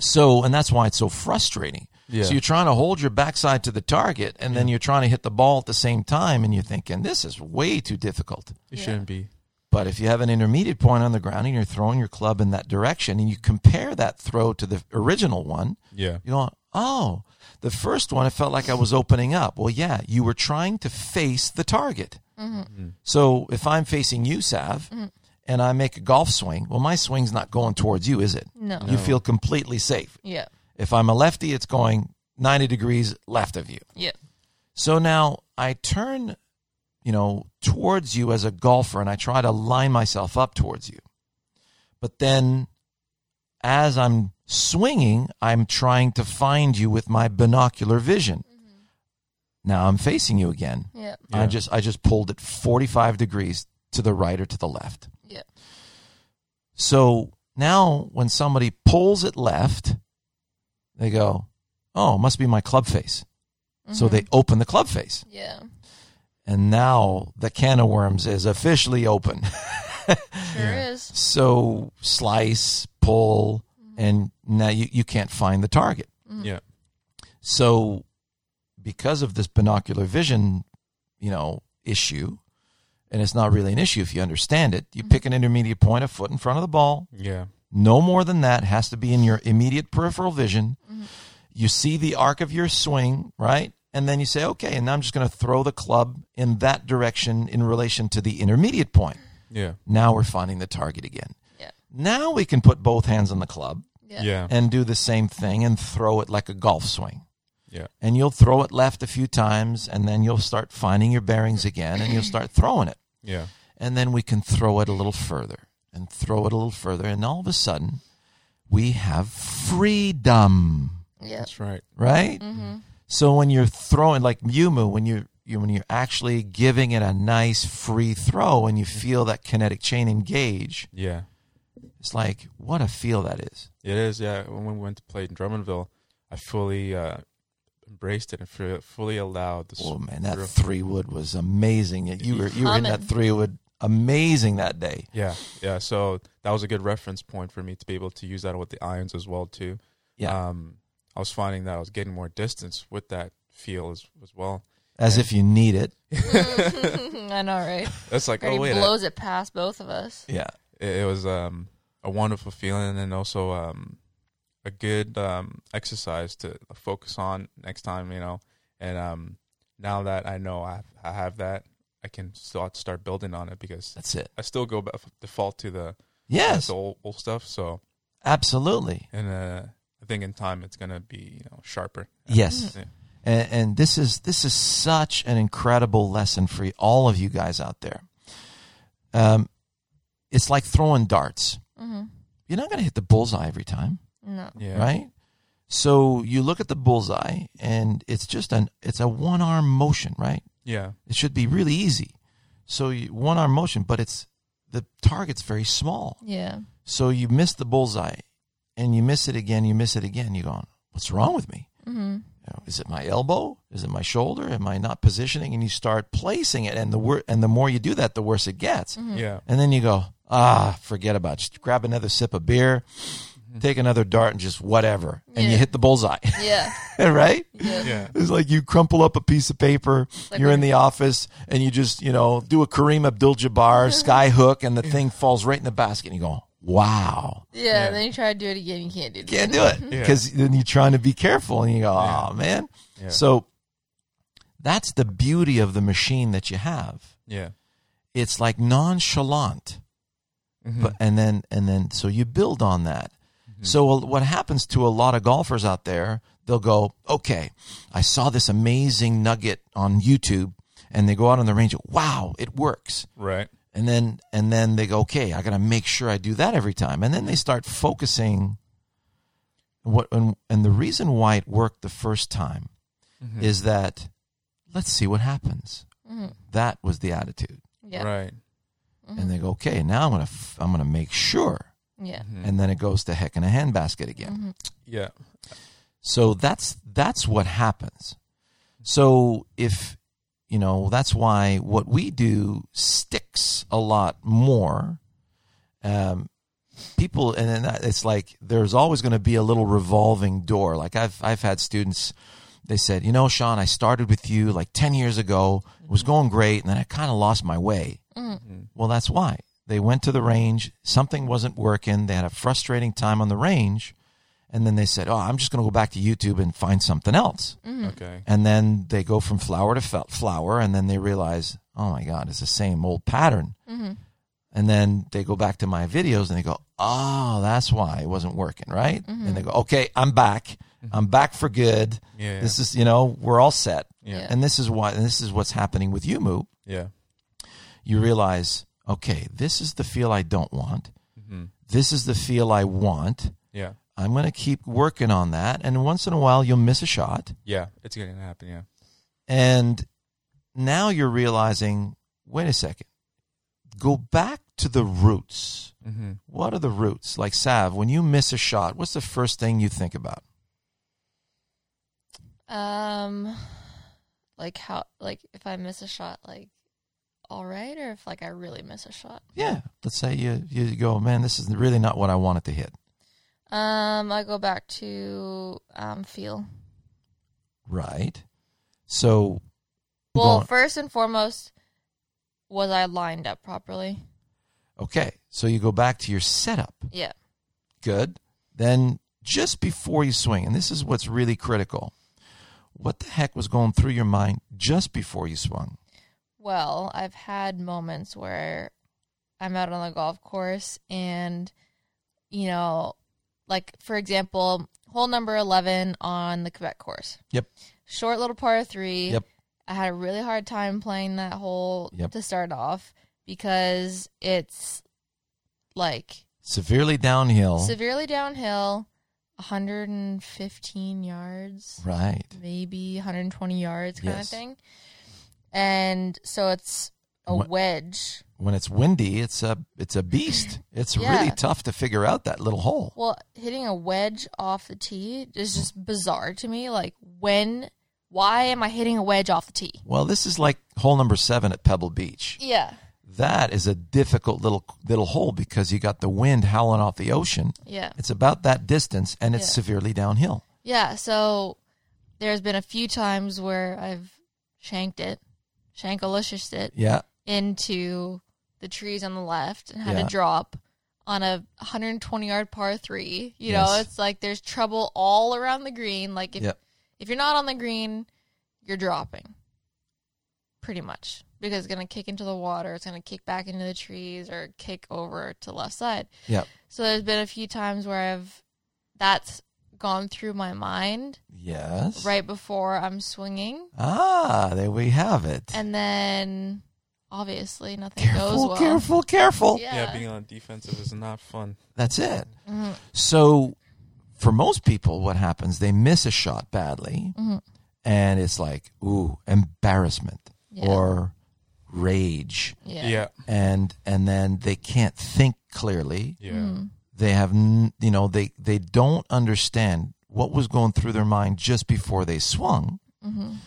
[SPEAKER 1] so and that's why it's so frustrating
[SPEAKER 3] Yeah.
[SPEAKER 1] So you're trying to hold your backside to the target, and then you're trying to hit the ball at the same time, and you're thinking this is way too difficult.
[SPEAKER 3] It
[SPEAKER 2] Yeah.
[SPEAKER 3] shouldn't be.
[SPEAKER 1] But if you have an intermediate point on the ground and you're throwing your club in that direction, and you compare that throw to the original one,
[SPEAKER 3] Yeah.
[SPEAKER 1] you know, oh, the first one, it felt like I was opening up. Well, yeah, you were trying to face the target.
[SPEAKER 2] Mm-hmm.
[SPEAKER 3] Mm-hmm.
[SPEAKER 1] So if I'm facing you, Sav, and I make a golf swing, well, my swing's not going towards you, is it?
[SPEAKER 2] No.
[SPEAKER 1] You feel completely safe.
[SPEAKER 2] Yeah.
[SPEAKER 1] If I'm a lefty, it's going 90 degrees left of you.
[SPEAKER 2] Yeah.
[SPEAKER 1] So now I turn, you know, towards you as a golfer and I try to line myself up towards you. But then as I'm swinging, I'm trying to find you with my binocular vision. Now I'm facing you again.
[SPEAKER 2] Mm-hmm. Yeah.
[SPEAKER 1] I
[SPEAKER 3] Yeah.
[SPEAKER 1] just I just pulled it 45 degrees to the right or to the left.
[SPEAKER 2] Yeah.
[SPEAKER 1] So now when somebody pulls it left, they go, "Oh, must be my club face." So they open the club face.
[SPEAKER 2] Mm-hmm. Yeah.
[SPEAKER 1] And now the can of worms is officially open.
[SPEAKER 2] Sure
[SPEAKER 3] Yeah.
[SPEAKER 2] is. Mm-hmm.
[SPEAKER 1] so slice, pull, and now you, you can't find the target.
[SPEAKER 3] Yeah.
[SPEAKER 1] So because of this binocular vision, you know, issue, and it's not really an issue if you understand it, you pick an intermediate point a foot in front of the ball.
[SPEAKER 3] Yeah.
[SPEAKER 1] No more than that has to be in your immediate peripheral vision.
[SPEAKER 2] Mm-hmm.
[SPEAKER 1] You see the arc of your swing, right? And then you say, okay, and now I'm just going to throw the club in that direction in relation to the intermediate point.
[SPEAKER 3] Yeah.
[SPEAKER 1] Now we're finding the target again.
[SPEAKER 2] Yeah.
[SPEAKER 1] Now we can put both hands on the club
[SPEAKER 2] Yeah.
[SPEAKER 3] Yeah.
[SPEAKER 1] and do the same thing and throw it like a golf swing.
[SPEAKER 3] Yeah.
[SPEAKER 1] And you'll throw it left a few times and then you'll start finding your bearings again and you'll start throwing it.
[SPEAKER 3] Yeah.
[SPEAKER 1] And then we can throw it a little further and throw it a little further. And all of a sudden, we have freedom,
[SPEAKER 2] Yeah.
[SPEAKER 3] That's right.
[SPEAKER 1] right?
[SPEAKER 2] Mm-hmm.
[SPEAKER 1] So when you're throwing, like Yumu, when you're you, when you're actually giving it a nice free throw and you feel that kinetic chain engage,
[SPEAKER 3] Yeah.
[SPEAKER 1] it's like what a feel that is.
[SPEAKER 3] It is. Yeah. When we went to play in Drummondville, I fully uh, embraced it and fu- fully allowed the
[SPEAKER 1] Oh man, that
[SPEAKER 3] through.
[SPEAKER 1] three wood was amazing. You were you were in that
[SPEAKER 2] Humming.
[SPEAKER 1] three wood amazing that day.
[SPEAKER 3] Yeah, yeah. So that was a good reference point for me to be able to use that with the irons as well too.
[SPEAKER 1] Yeah.
[SPEAKER 3] Um, I was finding that I was getting more distance with that feel as, as well.
[SPEAKER 1] As if you need it.
[SPEAKER 2] I know, right?
[SPEAKER 3] That's like,
[SPEAKER 2] Already
[SPEAKER 3] oh wait, I-
[SPEAKER 2] blows it past both of us.
[SPEAKER 1] Yeah.
[SPEAKER 3] it, it was um, a wonderful feeling and also um, a good um, exercise to focus on next time. You know, and um, now that I know I have, I have that, I can start start building on it because
[SPEAKER 1] That's it.
[SPEAKER 3] I still go back, default to the,
[SPEAKER 1] Yes.
[SPEAKER 3] the old, old stuff. So.
[SPEAKER 1] Absolutely.
[SPEAKER 3] and uh, I think in time it's gonna be you know sharper.
[SPEAKER 1] Yes.
[SPEAKER 3] Yeah.
[SPEAKER 1] And, and this is this is such an incredible lesson for all of you guys out there. Um, it's like throwing darts.
[SPEAKER 2] Mm-hmm.
[SPEAKER 1] You're not going to hit the bullseye every time,
[SPEAKER 2] No.
[SPEAKER 3] Yeah.
[SPEAKER 1] right? So you look at the bullseye, and it's just an it's a one arm motion, right?
[SPEAKER 3] Yeah.
[SPEAKER 1] It should be really easy. So you, one arm motion, but it's the target's very small.
[SPEAKER 2] Yeah.
[SPEAKER 1] So you miss the bullseye, and you miss it again. You miss it again. You're going, what's wrong with me?
[SPEAKER 2] Mm-hmm.
[SPEAKER 1] You know, is it my elbow? Is it my shoulder? Am I not positioning? And you start placing it, and the wor- and the more you do that, the worse it gets.
[SPEAKER 3] Yeah.
[SPEAKER 1] And then you go, ah, forget about. It. Just grab another sip of beer, take another dart, and just whatever. And you
[SPEAKER 2] Yeah.
[SPEAKER 1] hit the bullseye,
[SPEAKER 2] Yeah.
[SPEAKER 1] right?
[SPEAKER 2] Yeah.
[SPEAKER 3] Yeah.
[SPEAKER 1] It's like you crumple up a piece of paper.
[SPEAKER 2] like
[SPEAKER 1] you're
[SPEAKER 2] when
[SPEAKER 1] in the office, and you just you know do a Kareem Abdul-Jabbar sky hook, and the thing falls right in the basket. And you go, wow.
[SPEAKER 2] Yeah, and then you try to do it again, you can't do it.
[SPEAKER 1] can't do it
[SPEAKER 3] Yeah.
[SPEAKER 1] because then you're trying to be careful and you go, oh man.
[SPEAKER 3] Yeah.
[SPEAKER 1] So that's the beauty of the machine that you have.
[SPEAKER 3] Yeah.
[SPEAKER 1] It's like nonchalant,
[SPEAKER 3] Mhm.
[SPEAKER 1] but and then and then so you build on that.
[SPEAKER 3] Mm-hmm.
[SPEAKER 1] Hmm. So what happens to a lot of golfers out there? They'll go, okay, I saw this amazing nugget on YouTube, and they go out on the range. Wow, it works
[SPEAKER 3] right.
[SPEAKER 1] and then and then they go okay i gotta make sure i do that every time and then they start focusing what and, and the reason why it worked the first time
[SPEAKER 3] Hmm.
[SPEAKER 1] is that let's see what happens that was the attitude
[SPEAKER 2] Mm-hmm. Yeah. Mm-hmm.
[SPEAKER 3] Right.
[SPEAKER 2] Hmm.
[SPEAKER 1] and they go okay now i'm gonna f- i'm gonna make sure
[SPEAKER 2] Yeah.
[SPEAKER 1] Mm-hmm.
[SPEAKER 3] Hmm.
[SPEAKER 2] Mm-hmm.
[SPEAKER 1] and then it goes to heck in a handbasket again
[SPEAKER 3] Yeah.
[SPEAKER 1] So that's that's what happens. So if you know, that's why what we do sticks a lot more um, people and then that- it's like there's always going to be a little revolving door like i've i've had students they said you know sean i started with you like 10 years ago it was going great and then i kind of lost my way
[SPEAKER 2] Mm-hmm.
[SPEAKER 1] well that's why they went to the range something wasn't working they had a frustrating time on the range and then they said oh i'm just going to go back to youtube and find something else
[SPEAKER 3] Okay.
[SPEAKER 1] and then they go from flower to fe- flower and then they realize oh my god it's the same old pattern
[SPEAKER 2] Mm-hmm.
[SPEAKER 1] and then they go back to my videos and they go oh that's why it wasn't working right and they go okay i'm back i'm back for good Mm-hmm.
[SPEAKER 3] Yeah.
[SPEAKER 1] Um, this is you know we're all set
[SPEAKER 3] Yeah.
[SPEAKER 1] and this is why and this is what's happening with you moo
[SPEAKER 3] Yeah.
[SPEAKER 1] you realize okay this is the feel i don't want this is the feel i want
[SPEAKER 3] Mm-hmm. Yeah.
[SPEAKER 1] i'm going to keep working on that and once in a while you'll miss a shot
[SPEAKER 3] Yeah. It's gonna happen. Yeah.
[SPEAKER 1] And now you're realizing, wait a second, go back to the roots.
[SPEAKER 3] Mm-hmm.
[SPEAKER 1] What are the roots? Like Sav, when you miss a shot, what's the first thing you think about?
[SPEAKER 2] Um, like how, like if I miss a shot, like all right, or if like I really miss a shot.
[SPEAKER 1] Yeah, let's say you you go, man, this is really not what I wanted to hit.
[SPEAKER 2] Um, I go back to um feel.
[SPEAKER 1] Right. So,
[SPEAKER 2] Well,
[SPEAKER 1] going-
[SPEAKER 2] first and foremost, was I lined up properly?
[SPEAKER 1] okay, so you go back to your setup.
[SPEAKER 2] Yeah.
[SPEAKER 1] Good. Then just before you swing, and this is what's really critical. What the heck was going through your mind just before you swung?
[SPEAKER 2] Well, I've had moments where I'm out on the golf course and, you know, like for example, hole number 11 on the Quebec course.
[SPEAKER 1] Yep.
[SPEAKER 2] Short little par three.
[SPEAKER 1] Yep.
[SPEAKER 2] I had a really hard time playing that hole
[SPEAKER 1] Yep.
[SPEAKER 2] to start off because it's like
[SPEAKER 1] Severely downhill.
[SPEAKER 2] severely downhill, 115 yards
[SPEAKER 1] right.
[SPEAKER 2] maybe 120 yards kind
[SPEAKER 1] Yes.
[SPEAKER 2] of thing. And so it's a
[SPEAKER 1] What-
[SPEAKER 2] wedge.
[SPEAKER 1] when it's windy, it's a it's a beast. It's
[SPEAKER 2] Yeah.
[SPEAKER 1] really tough to figure out that little hole.
[SPEAKER 2] Well, hitting a wedge off the tee is just bizarre to me. Like when why am I hitting a wedge off the tee?
[SPEAKER 1] Well, this is like hole number seven at Pebble Beach.
[SPEAKER 2] Yeah.
[SPEAKER 1] That is a difficult little little hole because you got the wind howling off the ocean.
[SPEAKER 2] Yeah.
[SPEAKER 1] It's about that distance and it's
[SPEAKER 2] Yeah.
[SPEAKER 1] severely downhill.
[SPEAKER 2] Yeah, so there's been a few times where I've shanked it, shankalicious it
[SPEAKER 1] Yeah,
[SPEAKER 2] into the trees on the left and had
[SPEAKER 1] Yeah.
[SPEAKER 2] to drop on a 120 yard par 3. You know,
[SPEAKER 1] Yes.
[SPEAKER 2] it's like there's trouble all around the green like if
[SPEAKER 1] Yep.
[SPEAKER 2] If you're not on the green, you're dropping. Pretty much. Because it's going to kick into the water, it's going to kick back into the trees or kick over to the left side.
[SPEAKER 1] yeah,
[SPEAKER 2] So there's been a few times where I've that's gone through my mind
[SPEAKER 1] yes.
[SPEAKER 2] right before I'm swinging.
[SPEAKER 1] Ah, there we have it.
[SPEAKER 2] And then obviously nothing goes
[SPEAKER 1] careful,
[SPEAKER 2] well.
[SPEAKER 1] careful, careful.
[SPEAKER 2] Yeah.
[SPEAKER 3] yeah. Being on defensive is not fun.
[SPEAKER 1] That's it.
[SPEAKER 2] Mhm.
[SPEAKER 1] So, for most people, what happens? They miss a shot badly,
[SPEAKER 2] Mhm.
[SPEAKER 1] and it's like, ooh, embarrassment
[SPEAKER 2] Yeah.
[SPEAKER 1] or rage,
[SPEAKER 2] yeah.
[SPEAKER 3] Yeah. Yeah.
[SPEAKER 1] and and then they can't think clearly.
[SPEAKER 2] Mhm.
[SPEAKER 1] They have, n- you know, they they don't understand what was going through their mind just before they swung,
[SPEAKER 2] Mhm.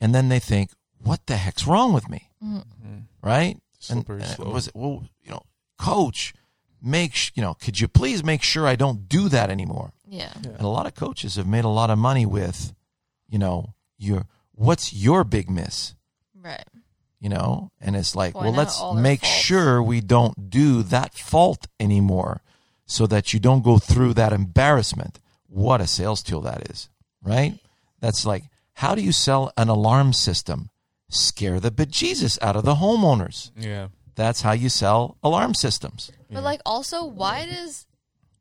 [SPEAKER 1] and then they think, what the heck's wrong with me,
[SPEAKER 2] Mhm.
[SPEAKER 3] Mhm.
[SPEAKER 1] right? And,
[SPEAKER 3] Slippery
[SPEAKER 1] and it
[SPEAKER 3] slope.
[SPEAKER 1] was it? Well, you know, coach, make sh- you know, could you please make sure I don't do that anymore?
[SPEAKER 2] Yeah.
[SPEAKER 1] And a lot of coaches have made a lot of money with, you know, your what's your big miss,
[SPEAKER 2] Right.
[SPEAKER 1] you know? And it's like,
[SPEAKER 2] Point
[SPEAKER 1] well,
[SPEAKER 2] out
[SPEAKER 1] let's
[SPEAKER 2] all their
[SPEAKER 1] make
[SPEAKER 2] faults.
[SPEAKER 1] sure we don't do that fault anymore so that you don't go through that embarrassment. What a sales tool that is, right? That's like, how do you sell an alarm system? Scare the bejesus out of the homeowners.
[SPEAKER 3] Yeah.
[SPEAKER 1] That's how you sell alarm systems.
[SPEAKER 2] But like also why does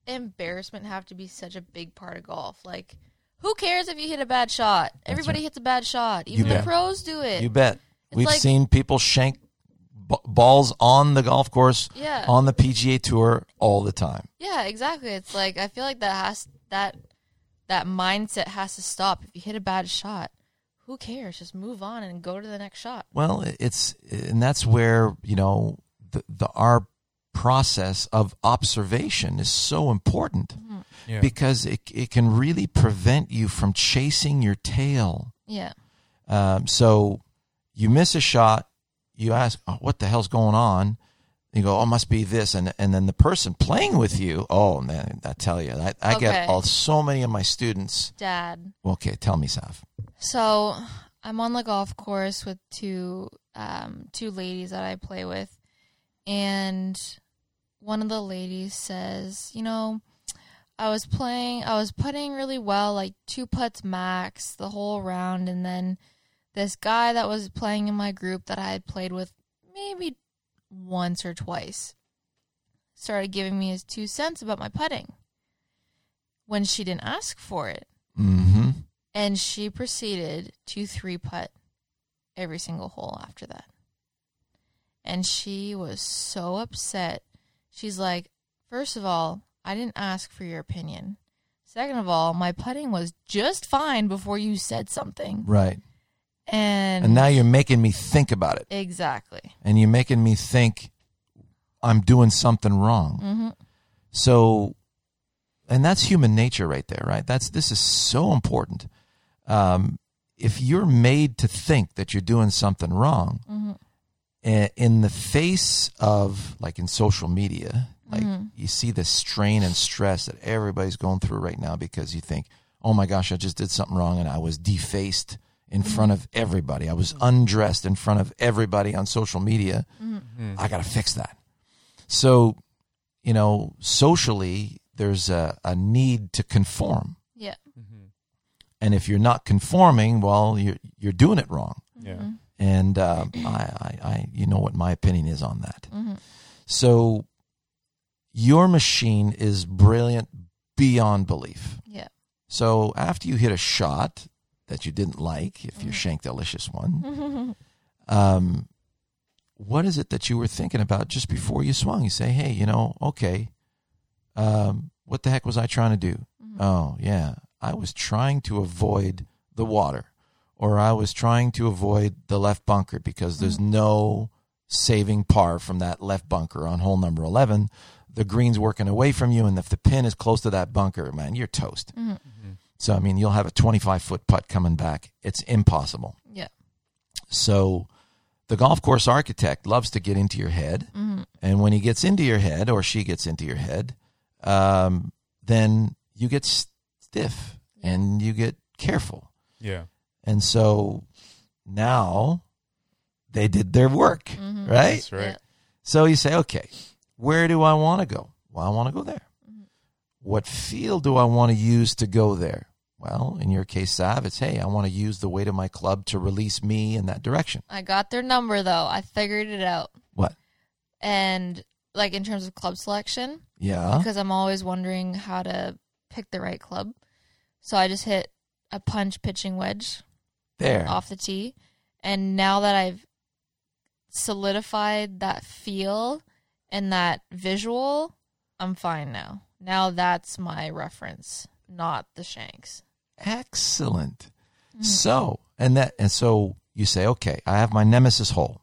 [SPEAKER 2] embarrassment have to be such a big part of golf? Like who cares if you hit a bad shot? Everybody hits a bad shot. Even
[SPEAKER 1] bet.
[SPEAKER 2] the pros do it.
[SPEAKER 1] You bet.
[SPEAKER 2] It's
[SPEAKER 1] We've
[SPEAKER 2] like-
[SPEAKER 1] seen people shank b- balls on the golf course,
[SPEAKER 2] Yeah.
[SPEAKER 1] on the PGA Tour all the time.
[SPEAKER 2] yeah, exactly. It's like I feel like that has that that mindset has to stop. If you hit a bad shot, who cares? Just move on and go to the next shot.
[SPEAKER 1] Well, it- it's and that's where you know the, the our process of observation is so important
[SPEAKER 2] Mm-hmm.
[SPEAKER 3] Yeah.
[SPEAKER 1] because it it can really prevent you from chasing your tail.
[SPEAKER 2] Yeah.
[SPEAKER 1] Um, so you miss a shot, you ask, oh, "What the hell's going on?" you go, oh, it must be this, and and then the person playing with you, oh man, I tell you, I, I
[SPEAKER 2] Okay.
[SPEAKER 1] get all so many of my students.
[SPEAKER 2] Dad.
[SPEAKER 1] Okay, tell me, Saf.
[SPEAKER 2] So I'm on the golf course with two um, two ladies that I play with, and one of the ladies says, "You know, I was playing, I was putting really well, like two putts max the whole round, and then this guy that was playing in my group that I had played with maybe once or twice started giving me his two cents about my putting when she didn't ask for it."
[SPEAKER 1] Mm-hmm.
[SPEAKER 2] And she proceeded to three putt every single hole after that. And she was so upset. She's like, first of all, I didn't ask for your opinion. Second of all, my putting was just fine before you said something.
[SPEAKER 1] Right.
[SPEAKER 2] And,
[SPEAKER 1] And now you're making me think about it,
[SPEAKER 2] exactly.
[SPEAKER 1] and you're making me think I'm doing something wrong.
[SPEAKER 2] hmm
[SPEAKER 1] So, and that's human nature right there, right? That's this is so important. Um, if you're made to think that you're doing something wrong,
[SPEAKER 2] mm-hmm,
[SPEAKER 1] i- in the face of like in social media, like you see the strain and stress that everybody's going through right now because you think, oh my gosh, I just did something wrong and I was defaced in front of everybody. I was undressed in front of everybody on social media.
[SPEAKER 2] mm-hmm,
[SPEAKER 3] Mm-hmm.
[SPEAKER 1] I got to fix that. So you know, socially, there's a, a need to conform.
[SPEAKER 2] Yeah.
[SPEAKER 3] Mm-hmm.
[SPEAKER 1] And if you're not conforming, well, you're, you're doing it wrong.
[SPEAKER 3] Yeah.
[SPEAKER 1] And uh, I, I, I, you know what my opinion is on that.
[SPEAKER 2] Mhm.
[SPEAKER 1] So your machine is brilliant beyond belief.
[SPEAKER 2] Yeah.
[SPEAKER 1] So after you hit a shot that you didn't like, if your shank delicious
[SPEAKER 2] mm-hmm.
[SPEAKER 1] one, um, what is it that you were thinking about just before you swung? You say, hey, you know, okay, um, what the heck was I trying to do?
[SPEAKER 2] Mm-hmm.
[SPEAKER 1] Oh, yeah, I was trying to avoid the water, or I was trying to avoid the left bunker because there's no saving par from that left bunker on hole number 11. The green's working away from you, and if the pin is close to that bunker, man, you're toast.
[SPEAKER 2] Mm-hmm.
[SPEAKER 3] Mm-hmm.
[SPEAKER 1] So, I mean, you'll have a 25 foot putt coming back. It's impossible.
[SPEAKER 2] Yeah.
[SPEAKER 1] So, the golf course architect loves to get into your head.
[SPEAKER 2] mm-hmm.
[SPEAKER 1] And when he gets into your head or she gets into your head, um, then you get stiff and you get careful.
[SPEAKER 3] Yeah.
[SPEAKER 1] And so now they did their work,
[SPEAKER 2] Mm-hmm.
[SPEAKER 1] right?
[SPEAKER 3] That's right.
[SPEAKER 1] So you say, okay, where do I want to go? Well, I want to go there. What field do I want to use to go there? Well, in your case, Sav, it's hey, I want to use the weight of my club to release me in that direction.
[SPEAKER 2] I got their number though. I figured it out.
[SPEAKER 1] What?
[SPEAKER 2] And like in terms of club selection,
[SPEAKER 1] Yeah.
[SPEAKER 2] because I'm always wondering how to pick the right club. So I just hit a punch pitching wedge
[SPEAKER 1] There.
[SPEAKER 2] off the tee. And now that I've solidified that feel and that visual, I'm fine now. Now that's my reference, not the shanks.
[SPEAKER 1] Excellent.
[SPEAKER 2] Mm-hmm.
[SPEAKER 1] So, and that and so you say, okay, I have my nemesis hole.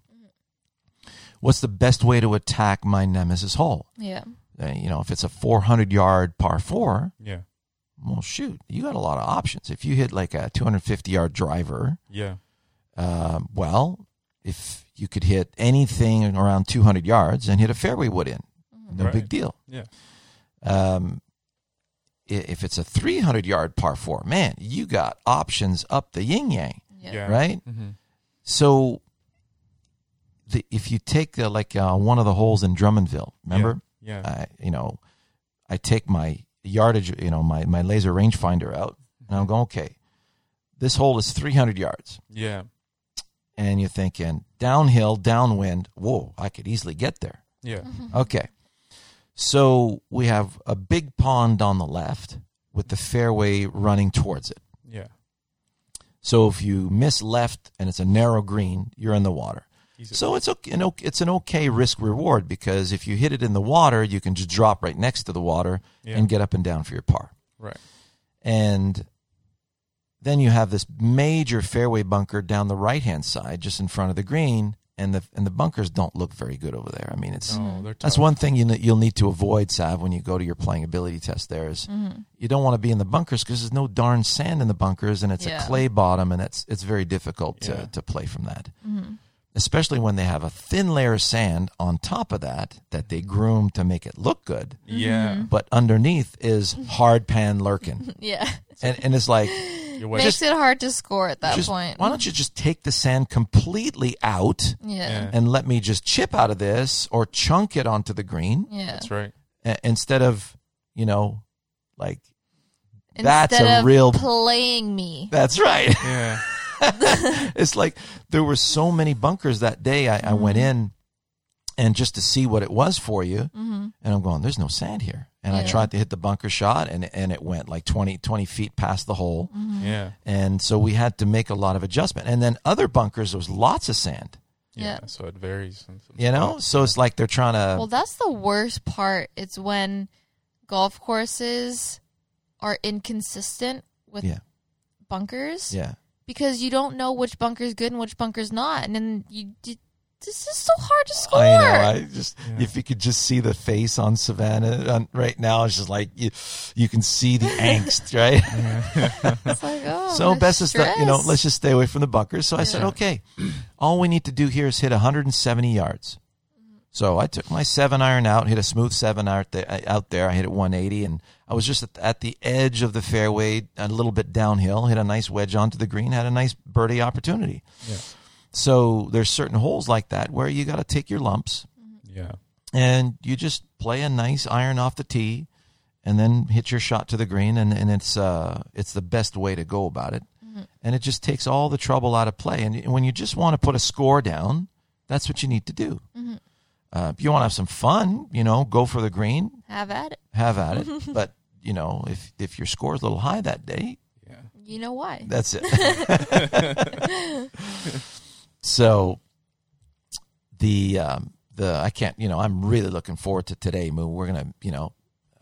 [SPEAKER 1] What's the best way to attack my nemesis hole?
[SPEAKER 2] Yeah.
[SPEAKER 1] Uh, You know, if it's a 400 yard par four,
[SPEAKER 3] Yeah.
[SPEAKER 1] well, shoot, you got a lot of options. If you hit like a 250 yard driver,
[SPEAKER 3] Yeah.
[SPEAKER 1] um, well, if you could hit anything around 200 yards and hit a fairway wood in, no
[SPEAKER 3] Right.
[SPEAKER 1] big deal.
[SPEAKER 3] Yeah.
[SPEAKER 1] Um, i- if it's a 300 yard par four, man, you got options up the yin yang,
[SPEAKER 2] Yeah.
[SPEAKER 3] Yeah.
[SPEAKER 1] right?
[SPEAKER 3] Mm-hmm.
[SPEAKER 1] So the, if you take uh, like uh, one of the holes in Drummondville, remember? Uh,
[SPEAKER 3] Yeah.
[SPEAKER 1] I, you know, I take my yardage, you know, my, my laser rangefinder out, and I'm going, okay, this hole is 300 yards.
[SPEAKER 3] yeah.
[SPEAKER 1] And you're thinking, downhill, downwind, whoa, I could easily get there.
[SPEAKER 3] Yeah.
[SPEAKER 2] Mm-hmm.
[SPEAKER 1] Okay. So we have a big pond on the left with the fairway running towards it.
[SPEAKER 3] Yeah.
[SPEAKER 1] So if you miss left and it's a narrow green, you're in the water.
[SPEAKER 3] Easy.
[SPEAKER 1] So it's okay, an okay, it's an okay risk reward because if you hit it in the water, you can just drop right next to the water
[SPEAKER 3] Yeah.
[SPEAKER 1] and get up and down for your par.
[SPEAKER 3] Right.
[SPEAKER 1] And then you have this major fairway bunker down the right hand side, just in front of the green, and the and the bunkers don't look very good over there. I mean, it's
[SPEAKER 3] No, they're
[SPEAKER 1] that's
[SPEAKER 3] tough.
[SPEAKER 1] one thing you ne- you'll need to avoid, Sav, when you go to your playing ability test. There is
[SPEAKER 2] Mm-hmm.
[SPEAKER 1] you don't want to be in the bunkers because there's no darn sand in the bunkers, and it's
[SPEAKER 2] Yeah.
[SPEAKER 1] a clay bottom, and it's it's very difficult
[SPEAKER 3] Yeah.
[SPEAKER 2] Mm-hmm.
[SPEAKER 1] to to play from that. especially when they have a thin layer of sand on top of that that they groom to make it look good,
[SPEAKER 3] Yeah.
[SPEAKER 1] but underneath is
[SPEAKER 2] Mm-hmm.
[SPEAKER 1] hard pan lurking.
[SPEAKER 2] Yeah.
[SPEAKER 1] And, and it's like,
[SPEAKER 3] Your
[SPEAKER 2] Mm-hmm. Makes
[SPEAKER 3] waist.
[SPEAKER 2] it hard to score at that
[SPEAKER 1] just-
[SPEAKER 2] point.
[SPEAKER 1] why don't you just take the sand completely out
[SPEAKER 2] Yeah.
[SPEAKER 3] Yeah.
[SPEAKER 1] and let me just chip out of this or chunk it onto the green
[SPEAKER 2] Yeah.
[SPEAKER 3] That's right.
[SPEAKER 1] uh, instead of, you know, like,
[SPEAKER 2] Instead
[SPEAKER 1] That's a
[SPEAKER 2] of
[SPEAKER 1] real-
[SPEAKER 2] playing me.
[SPEAKER 1] that's right.
[SPEAKER 3] Yeah.
[SPEAKER 1] it's like there were so many bunkers that day. I, I
[SPEAKER 2] Mm-hmm.
[SPEAKER 1] went in and just to see what it was for you. And I'm going, there's no sand here. And I
[SPEAKER 2] Mm-hmm. Yeah.
[SPEAKER 1] tried to hit the bunker shot and, and it went like 20, 20 feet past the hole.
[SPEAKER 2] Mm-hmm.
[SPEAKER 3] Yeah.
[SPEAKER 1] And so we had to make a lot of adjustment. And then other bunkers, there was lots of sand,
[SPEAKER 2] Yeah.
[SPEAKER 3] Yeah. So it varies. in some
[SPEAKER 1] you know?
[SPEAKER 3] spots.
[SPEAKER 1] So it's like they're trying to,
[SPEAKER 2] Well, that's the worst part. It's when golf courses are inconsistent with
[SPEAKER 1] Yeah.
[SPEAKER 2] bunkers
[SPEAKER 1] yeah.
[SPEAKER 2] because you don't know which bunker's good and which bunker's not, and then you. you this is so hard to score.
[SPEAKER 1] I know. I just
[SPEAKER 3] Yeah.
[SPEAKER 1] if you could just see the face on Savannah on, right now, it's just like you, you can see the angst, right?
[SPEAKER 2] It's like, oh,
[SPEAKER 1] so
[SPEAKER 2] that's
[SPEAKER 1] best is that you know,
[SPEAKER 2] stress.
[SPEAKER 1] let's just stay away from the bunkers. So I said,
[SPEAKER 2] Yeah.
[SPEAKER 1] okay, all we need to do here is hit 170 yards. So I took my seven iron out, hit a smooth seven out there. Out there, I hit it 180, and I was just at- at the edge of the fairway, a little bit downhill. Hit a nice wedge onto the green, had a nice birdie opportunity.
[SPEAKER 3] Yeah.
[SPEAKER 1] So there's certain holes like that where you got to take your lumps
[SPEAKER 3] Yeah.
[SPEAKER 1] and you just play a nice iron off the tee and then hit your shot to the green and, and it's uh it's the best way to go about it and it just takes all the trouble out of play and when you just want to put a score down that's what you need to do
[SPEAKER 2] Mm-hmm.
[SPEAKER 1] uh, if you want to have some fun you know go for the green
[SPEAKER 2] have at it.
[SPEAKER 1] have at it but you know if if your score is a little high that day
[SPEAKER 3] Yeah.
[SPEAKER 2] You know why?
[SPEAKER 1] that's it. so the um, the I can't you know I'm really looking forward to today. Moo. We're gonna you know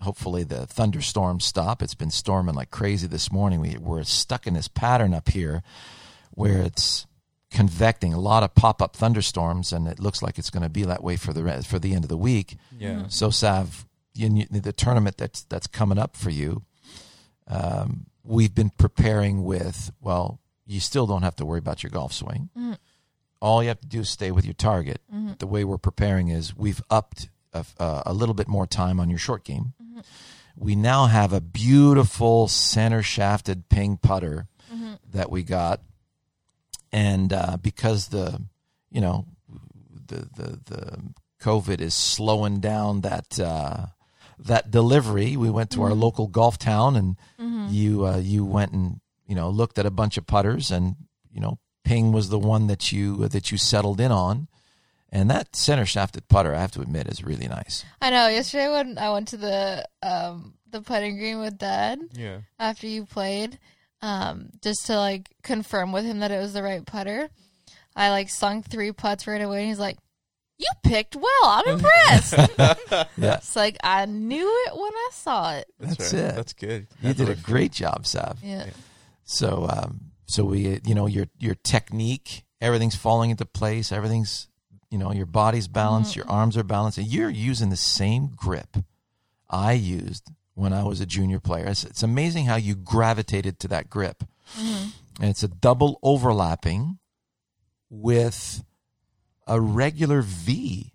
[SPEAKER 1] hopefully the thunderstorms stop. It's been storming like crazy this morning. We we're stuck in this pattern up here where it's convecting a lot of pop up thunderstorms, and it looks like it's going to be that way for the re- for the end of the week.
[SPEAKER 3] Yeah.
[SPEAKER 1] So Sav, in y- the tournament that's that's coming up for you, um, we've been preparing with. Well, you still don't have to worry about your golf swing.
[SPEAKER 2] Mm-hmm.
[SPEAKER 1] All you have to do is stay with your target. The way we're preparing is we've upped a, uh, a little bit more time on your short game. We now have a beautiful center shafted ping putter
[SPEAKER 2] Mm-hmm.
[SPEAKER 1] that we got, and uh, because the you know the the the COVID is slowing down that uh, that delivery. We went to our local golf town, and
[SPEAKER 2] Mm-hmm. Mm.
[SPEAKER 1] you uh, you went and you know looked at a bunch of putters, and you know Ping was the one that you that you settled in on, and that center shafted putter, I have to admit, is really nice.
[SPEAKER 2] I know. Yesterday when I went to the um the putting green with Dad
[SPEAKER 3] Yeah.
[SPEAKER 2] after you played, um, just to like confirm with him that it was the right putter, I like sunk three putts right away, and he's like, "You picked well. I'm impressed."
[SPEAKER 1] Yeah,
[SPEAKER 2] it's like I knew it when I saw it.
[SPEAKER 1] That's
[SPEAKER 3] right.
[SPEAKER 1] it.
[SPEAKER 3] That's good.
[SPEAKER 1] you
[SPEAKER 3] That's
[SPEAKER 1] did a
[SPEAKER 3] what I-
[SPEAKER 1] great job, Sav.
[SPEAKER 2] Yeah.
[SPEAKER 1] So um, so we you know your your technique, everything's falling into place, everything's you know your body's balanced, your arms are balanced, and you're using the same grip I used when I was a junior player. It's, it's amazing how you gravitated to that grip, and it's a double overlapping with a regular V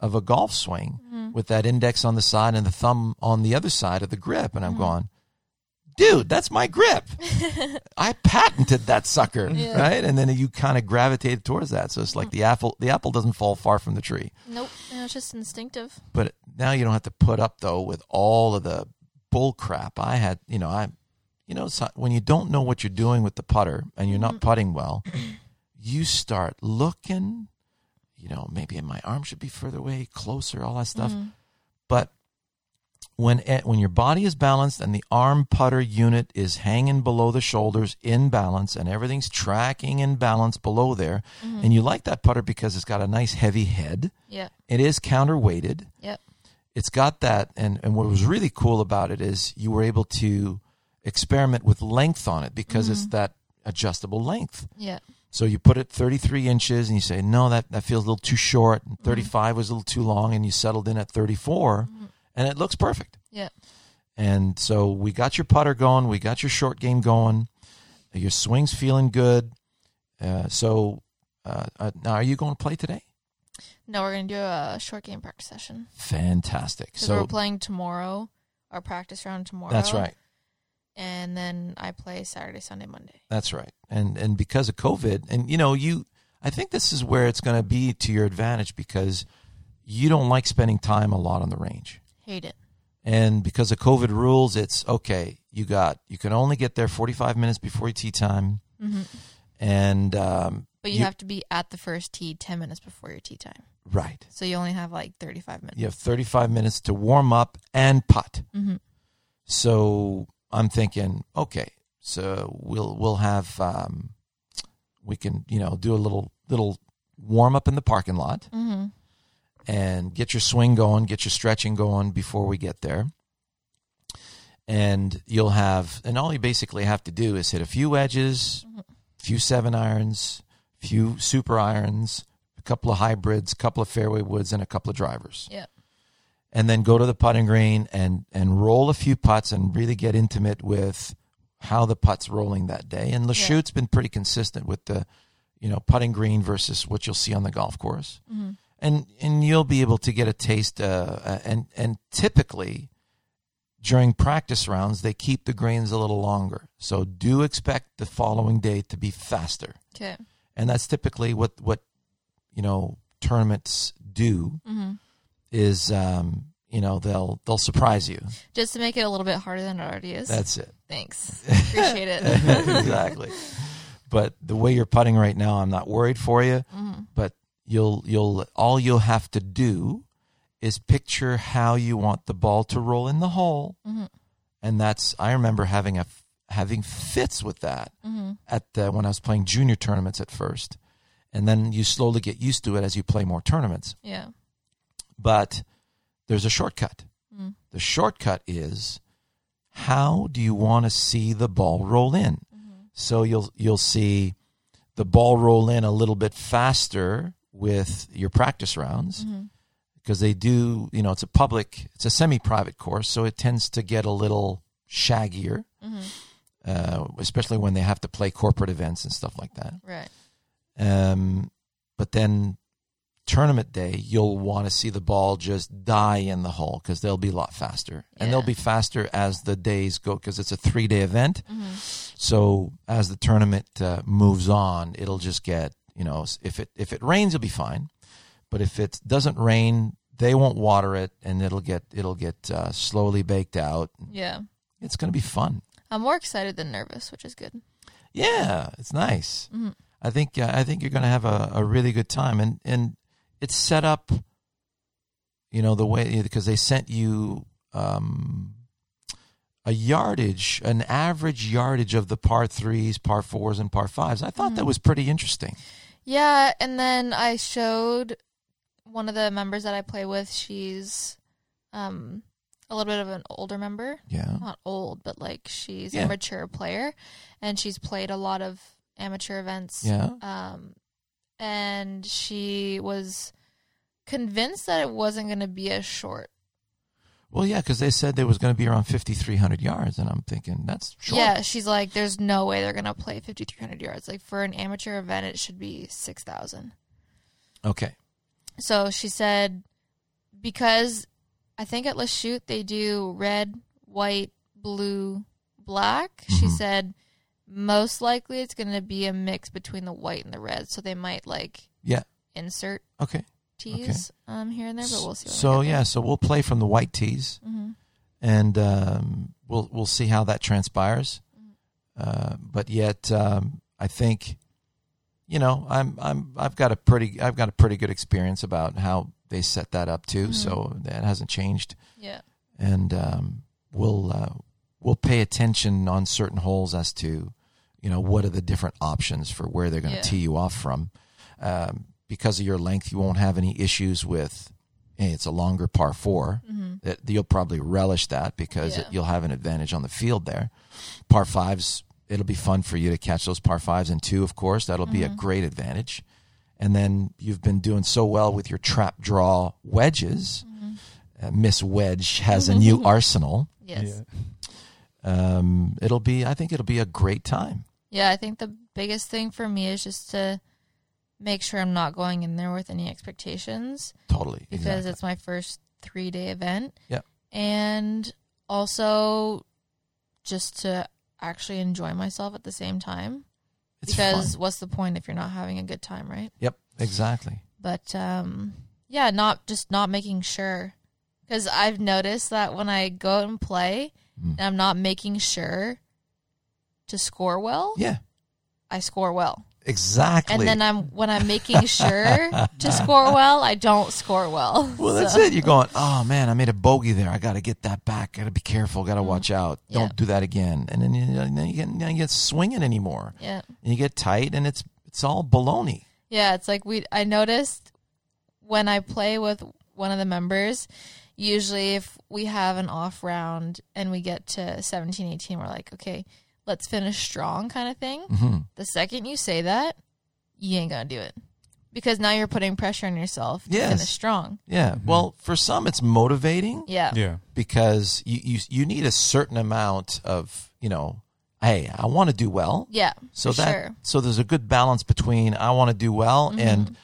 [SPEAKER 1] of a golf swing with that index on the side and the thumb on the other side of the grip, and I'm going. Dude, that's my grip. I patented that sucker,
[SPEAKER 2] Yeah.
[SPEAKER 1] right? And then you kind of gravitated towards that. So it's like the apple the apple doesn't fall far from the tree.
[SPEAKER 2] Nope. It was just instinctive.
[SPEAKER 1] But now you don't have to put up though with all of the bull crap. I had, you know, I you know, so- when you don't know what you're doing with the putter and you're not putting well, you start looking, you know, maybe my arm should be further away, closer, all that stuff. But when it, when your body is balanced and the arm putter unit is hanging below the shoulders in balance and everything's tracking in balance below there and you like that putter because it's got a nice heavy head
[SPEAKER 2] Yeah.
[SPEAKER 1] it is counterweighted
[SPEAKER 2] Yep.
[SPEAKER 1] it's got that and, and what was really cool about it is you were able to experiment with length on it because it's that adjustable length
[SPEAKER 2] Yeah.
[SPEAKER 1] so you put it 33 inches and you say, no, that, that feels a little too short. And 35 was a little too long. And you settled in at 34
[SPEAKER 2] Mm-hmm.
[SPEAKER 1] and it looks perfect.
[SPEAKER 2] Yeah.
[SPEAKER 1] And so we got your putter going. We got your short game going. Your swing's feeling good. Uh, so Uh, uh, now, are you going to play today?
[SPEAKER 2] No, we're gonna do a short game practice session.
[SPEAKER 1] Fantastic.
[SPEAKER 2] 'Cause we're
[SPEAKER 1] So
[SPEAKER 2] playing tomorrow, our practice round tomorrow.
[SPEAKER 1] that's right.
[SPEAKER 2] And then I play Saturday, Sunday, Monday.
[SPEAKER 1] That's right. And and because of COVID, and you know, you I think this is where it's going to be to your advantage because you don't like spending time a lot on the range.
[SPEAKER 2] Hate it.
[SPEAKER 1] And because of COVID rules, it's okay. You got you can only get there 45 minutes before your tea time,
[SPEAKER 2] hmm
[SPEAKER 1] and um,
[SPEAKER 2] But you,
[SPEAKER 1] You-
[SPEAKER 2] have to be at the first tee ten minutes before your tee time,
[SPEAKER 1] right,
[SPEAKER 2] so you only have like thirty five minutes.
[SPEAKER 1] you have 35 minutes to warm up and putt.
[SPEAKER 2] hmm
[SPEAKER 1] So I'm thinking, okay, so we'll we'll have um, we can you know do a little little warm up in the parking lot.
[SPEAKER 2] hmm
[SPEAKER 1] and get your swing going, get your stretching going before we get there. And you'll have, and all you basically have to do is hit a few edges,
[SPEAKER 2] Mhm.
[SPEAKER 1] few seven irons, few super irons, a couple of hybrids, a couple of fairway woods, and a couple of drivers.
[SPEAKER 2] Yep.
[SPEAKER 1] And then go to the putting green and and roll a few putts and really get intimate with how the putt's rolling that day. And Lashute's been pretty consistent with the, you know, putting green versus what you'll see on the golf course
[SPEAKER 2] hmm
[SPEAKER 1] and and you'll be able to get a taste. Uh, uh, and and typically during practice rounds, they keep the greens a little longer, so do expect the following day to be faster.
[SPEAKER 2] Okay.
[SPEAKER 1] And that's typically what what you know tournaments do
[SPEAKER 2] hmm
[SPEAKER 1] is um, you know they'll they'll surprise you.
[SPEAKER 2] Just to make it a little bit harder than it already is.
[SPEAKER 1] That's it.
[SPEAKER 2] Thanks. Appreciate it.
[SPEAKER 1] exactly. But the way you're putting right now, I'm not worried for you.
[SPEAKER 2] Mhm.
[SPEAKER 1] But you'll you'll all you'll have to do is picture how you want the ball to roll in the hole,
[SPEAKER 2] Mhm.
[SPEAKER 1] and that's I remember having a having fits with that
[SPEAKER 2] Mhm.
[SPEAKER 1] at the, when I was playing junior tournaments at first, and then you slowly get used to it as you play more tournaments.
[SPEAKER 2] Yeah.
[SPEAKER 1] But there's a shortcut.
[SPEAKER 2] Mm.
[SPEAKER 1] The shortcut is how do you want to see the ball roll in?
[SPEAKER 2] Mm-hmm.
[SPEAKER 1] So you'll you'll see the ball roll in a little bit faster with your practice rounds
[SPEAKER 2] Mhm.
[SPEAKER 1] because they do, you know, it's a public, it's a semi-private course, so it tends to get a little shaggier,
[SPEAKER 2] Mhm.
[SPEAKER 1] uh, especially when they have to play corporate events and stuff like that.
[SPEAKER 2] Right.
[SPEAKER 1] Um, but then tournament day, you'll want to see the ball just die in the hole because they'll be a lot faster, and they'll
[SPEAKER 2] Yeah.
[SPEAKER 1] be faster as the days go because it's a three-day event.
[SPEAKER 2] hmm
[SPEAKER 1] So as the tournament uh, moves on, it'll just get you know if it if it rains, it'll be fine. But if it doesn't rain, they won't water it, and it'll get it'll get uh, slowly baked out.
[SPEAKER 2] Yeah.
[SPEAKER 1] It's going to be fun.
[SPEAKER 2] I'm more excited than nervous, which is good.
[SPEAKER 1] Yeah, it's nice.
[SPEAKER 2] Mhm.
[SPEAKER 1] I think uh, I think you're going to have a, a really good time, and and it's set up. You know the way because they sent you um, a yardage, an average yardage of the par threes, par fours, and par fives. I thought that
[SPEAKER 2] Mhm.
[SPEAKER 1] was pretty interesting.
[SPEAKER 2] Yeah, and then I showed one of the members that I play with. She's um, a little bit of an older member,
[SPEAKER 1] Yeah,
[SPEAKER 2] not old, but like she's
[SPEAKER 1] Yeah.
[SPEAKER 2] a mature player, and she's played a lot of amateur events.
[SPEAKER 1] yeah,
[SPEAKER 2] Um, and she was convinced that it wasn't going to be as short.
[SPEAKER 1] well, yeah, because they said there was going to be around fifty three hundred yards, and I'm thinking that's short.
[SPEAKER 2] Yeah, she's like, there's no way they're going to play 5,300 yards. Like for an amateur event, it should be 6,000.
[SPEAKER 1] Okay.
[SPEAKER 2] So she said, because I think at Lachute they do red, white, blue, black. She
[SPEAKER 1] Mhm.
[SPEAKER 2] said, most likely it's going to be a mix between the white and the red. So they might like
[SPEAKER 1] Yeah.
[SPEAKER 2] insert
[SPEAKER 1] Okay.
[SPEAKER 2] tees um, here and there, but we'll see.
[SPEAKER 1] so yeah, so we'll play from the white tees.
[SPEAKER 2] hmm
[SPEAKER 1] and um, we'll we'll see how that transpires. Uh, but yet, um, I think, you know, I'm I'm I've got a pretty I've got a pretty good experience about how they set that up too.
[SPEAKER 2] Mhm.
[SPEAKER 1] So that hasn't changed,
[SPEAKER 2] Yeah.
[SPEAKER 1] and um, we'll uh, we'll pay attention on certain holes as to, you know, what are the different options for where they're going to
[SPEAKER 2] Yeah.
[SPEAKER 1] tee you off from. Um, because of your length, you won't have any issues with. Hey, it's a longer par four
[SPEAKER 2] hmm
[SPEAKER 1] that you'll probably relish that because
[SPEAKER 2] Yeah.
[SPEAKER 1] it, you'll have an advantage on the field there. Par fives, it'll be fun for you to catch those par fives and two, of course. That'll be a
[SPEAKER 2] Mhm.
[SPEAKER 1] great advantage. And then you've been doing so well with your trap draw wedges.
[SPEAKER 2] hmm
[SPEAKER 1] Uh, Miss Wedge has a new arsenal.
[SPEAKER 2] Yes. Yeah.
[SPEAKER 3] Yeah.
[SPEAKER 1] Um, it'll be, I think it'll be a great time.
[SPEAKER 2] I think the biggest thing for me is just to make sure I'm not going in there with any expectations
[SPEAKER 1] Totally.
[SPEAKER 2] because
[SPEAKER 1] exactly.
[SPEAKER 2] it's my first three day event.
[SPEAKER 1] Yeah.
[SPEAKER 2] And also just to actually enjoy myself at the same time.
[SPEAKER 1] It's
[SPEAKER 2] because
[SPEAKER 1] fun.
[SPEAKER 2] what's the point if you're not having a good time, right?
[SPEAKER 1] Yep. Exactly.
[SPEAKER 2] But um, yeah, not just not making sure. Because I've noticed that when I go out and play
[SPEAKER 1] Mm.
[SPEAKER 2] and I'm not making sure to score well,
[SPEAKER 1] Yeah.
[SPEAKER 2] I score well.
[SPEAKER 1] Exactly.
[SPEAKER 2] And then I'm when I'm making sure to score well, I don't score well.
[SPEAKER 1] Well, that's
[SPEAKER 2] So-
[SPEAKER 1] it. You're going, oh man, I made a bogey there. I got to get that back. Got to be careful. Got to watch out. Don't
[SPEAKER 2] Mm-hmm. Yeah.
[SPEAKER 1] do that again. And then you, and then you, get, now you get swinging anymore.
[SPEAKER 2] Yeah.
[SPEAKER 1] And you get tight, and it's it's all baloney.
[SPEAKER 2] Yeah, it's like we I noticed when I play with one of the members, usually if we have an off round and we get to 17 18 we're like, "Okay, let's finish strong" kind of thing.
[SPEAKER 1] hmm
[SPEAKER 2] The second you say that, you ain't going to do it. Because now you're putting pressure on yourself to
[SPEAKER 1] Yes.
[SPEAKER 2] finish strong.
[SPEAKER 1] Yeah. Well, for some, it's motivating
[SPEAKER 2] Yeah.
[SPEAKER 3] Yeah.
[SPEAKER 1] because you, you you need a certain amount of you know, hey, I want to do well.
[SPEAKER 2] Yeah.
[SPEAKER 1] So
[SPEAKER 2] for
[SPEAKER 1] that
[SPEAKER 2] sure. Mm-hmm.
[SPEAKER 1] so there's a good balance between I want to do well and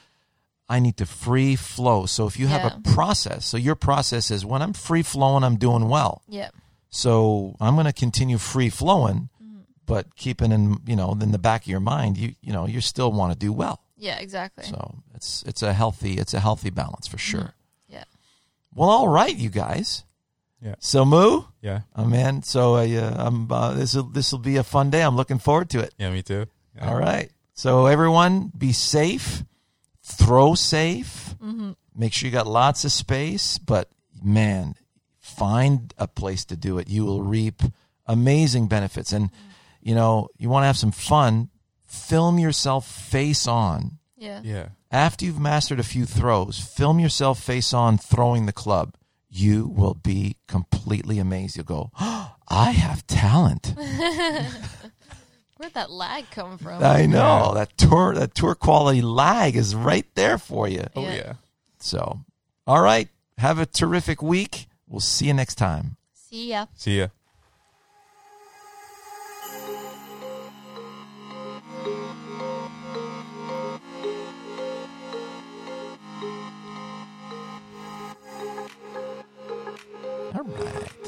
[SPEAKER 1] I need to free flow. So if you have a
[SPEAKER 2] Yeah.
[SPEAKER 1] process, so your process is when I'm free flowing, I'm doing well.
[SPEAKER 2] Yeah.
[SPEAKER 1] So I'm going to continue free flowing, but keeping in you know in the back of your mind, you you know you still want to do well.
[SPEAKER 2] Yeah, exactly.
[SPEAKER 1] So it's it's a healthy it's a healthy balance for sure.
[SPEAKER 2] Yeah.
[SPEAKER 1] Well, all right, you guys.
[SPEAKER 3] Yeah.
[SPEAKER 1] So Moo,
[SPEAKER 3] Yeah.
[SPEAKER 1] oh man, so I, uh, I'm uh, this will this will be a fun day. I'm looking forward to it.
[SPEAKER 3] Yeah. Me too. Yeah.
[SPEAKER 1] All right. So everyone, be safe. Throw safe.
[SPEAKER 2] Mm-hmm.
[SPEAKER 1] Make sure you got lots of space. But man, find a place to do it. You will reap amazing benefits. And you know, you want to have some fun. Film yourself face on
[SPEAKER 2] Yeah.
[SPEAKER 3] Yeah.
[SPEAKER 1] after you've mastered a few throws. Film yourself face on throwing the club. You will be completely amazed. You'll go, oh, I have talent.
[SPEAKER 2] Where'd that lag come from?
[SPEAKER 1] I know that tour that tour quality lag is right there for you.
[SPEAKER 3] Oh
[SPEAKER 2] Yeah.
[SPEAKER 3] yeah.
[SPEAKER 1] So, all right, have a terrific week. We'll see you next time.
[SPEAKER 2] See ya.
[SPEAKER 3] See ya.
[SPEAKER 1] All right.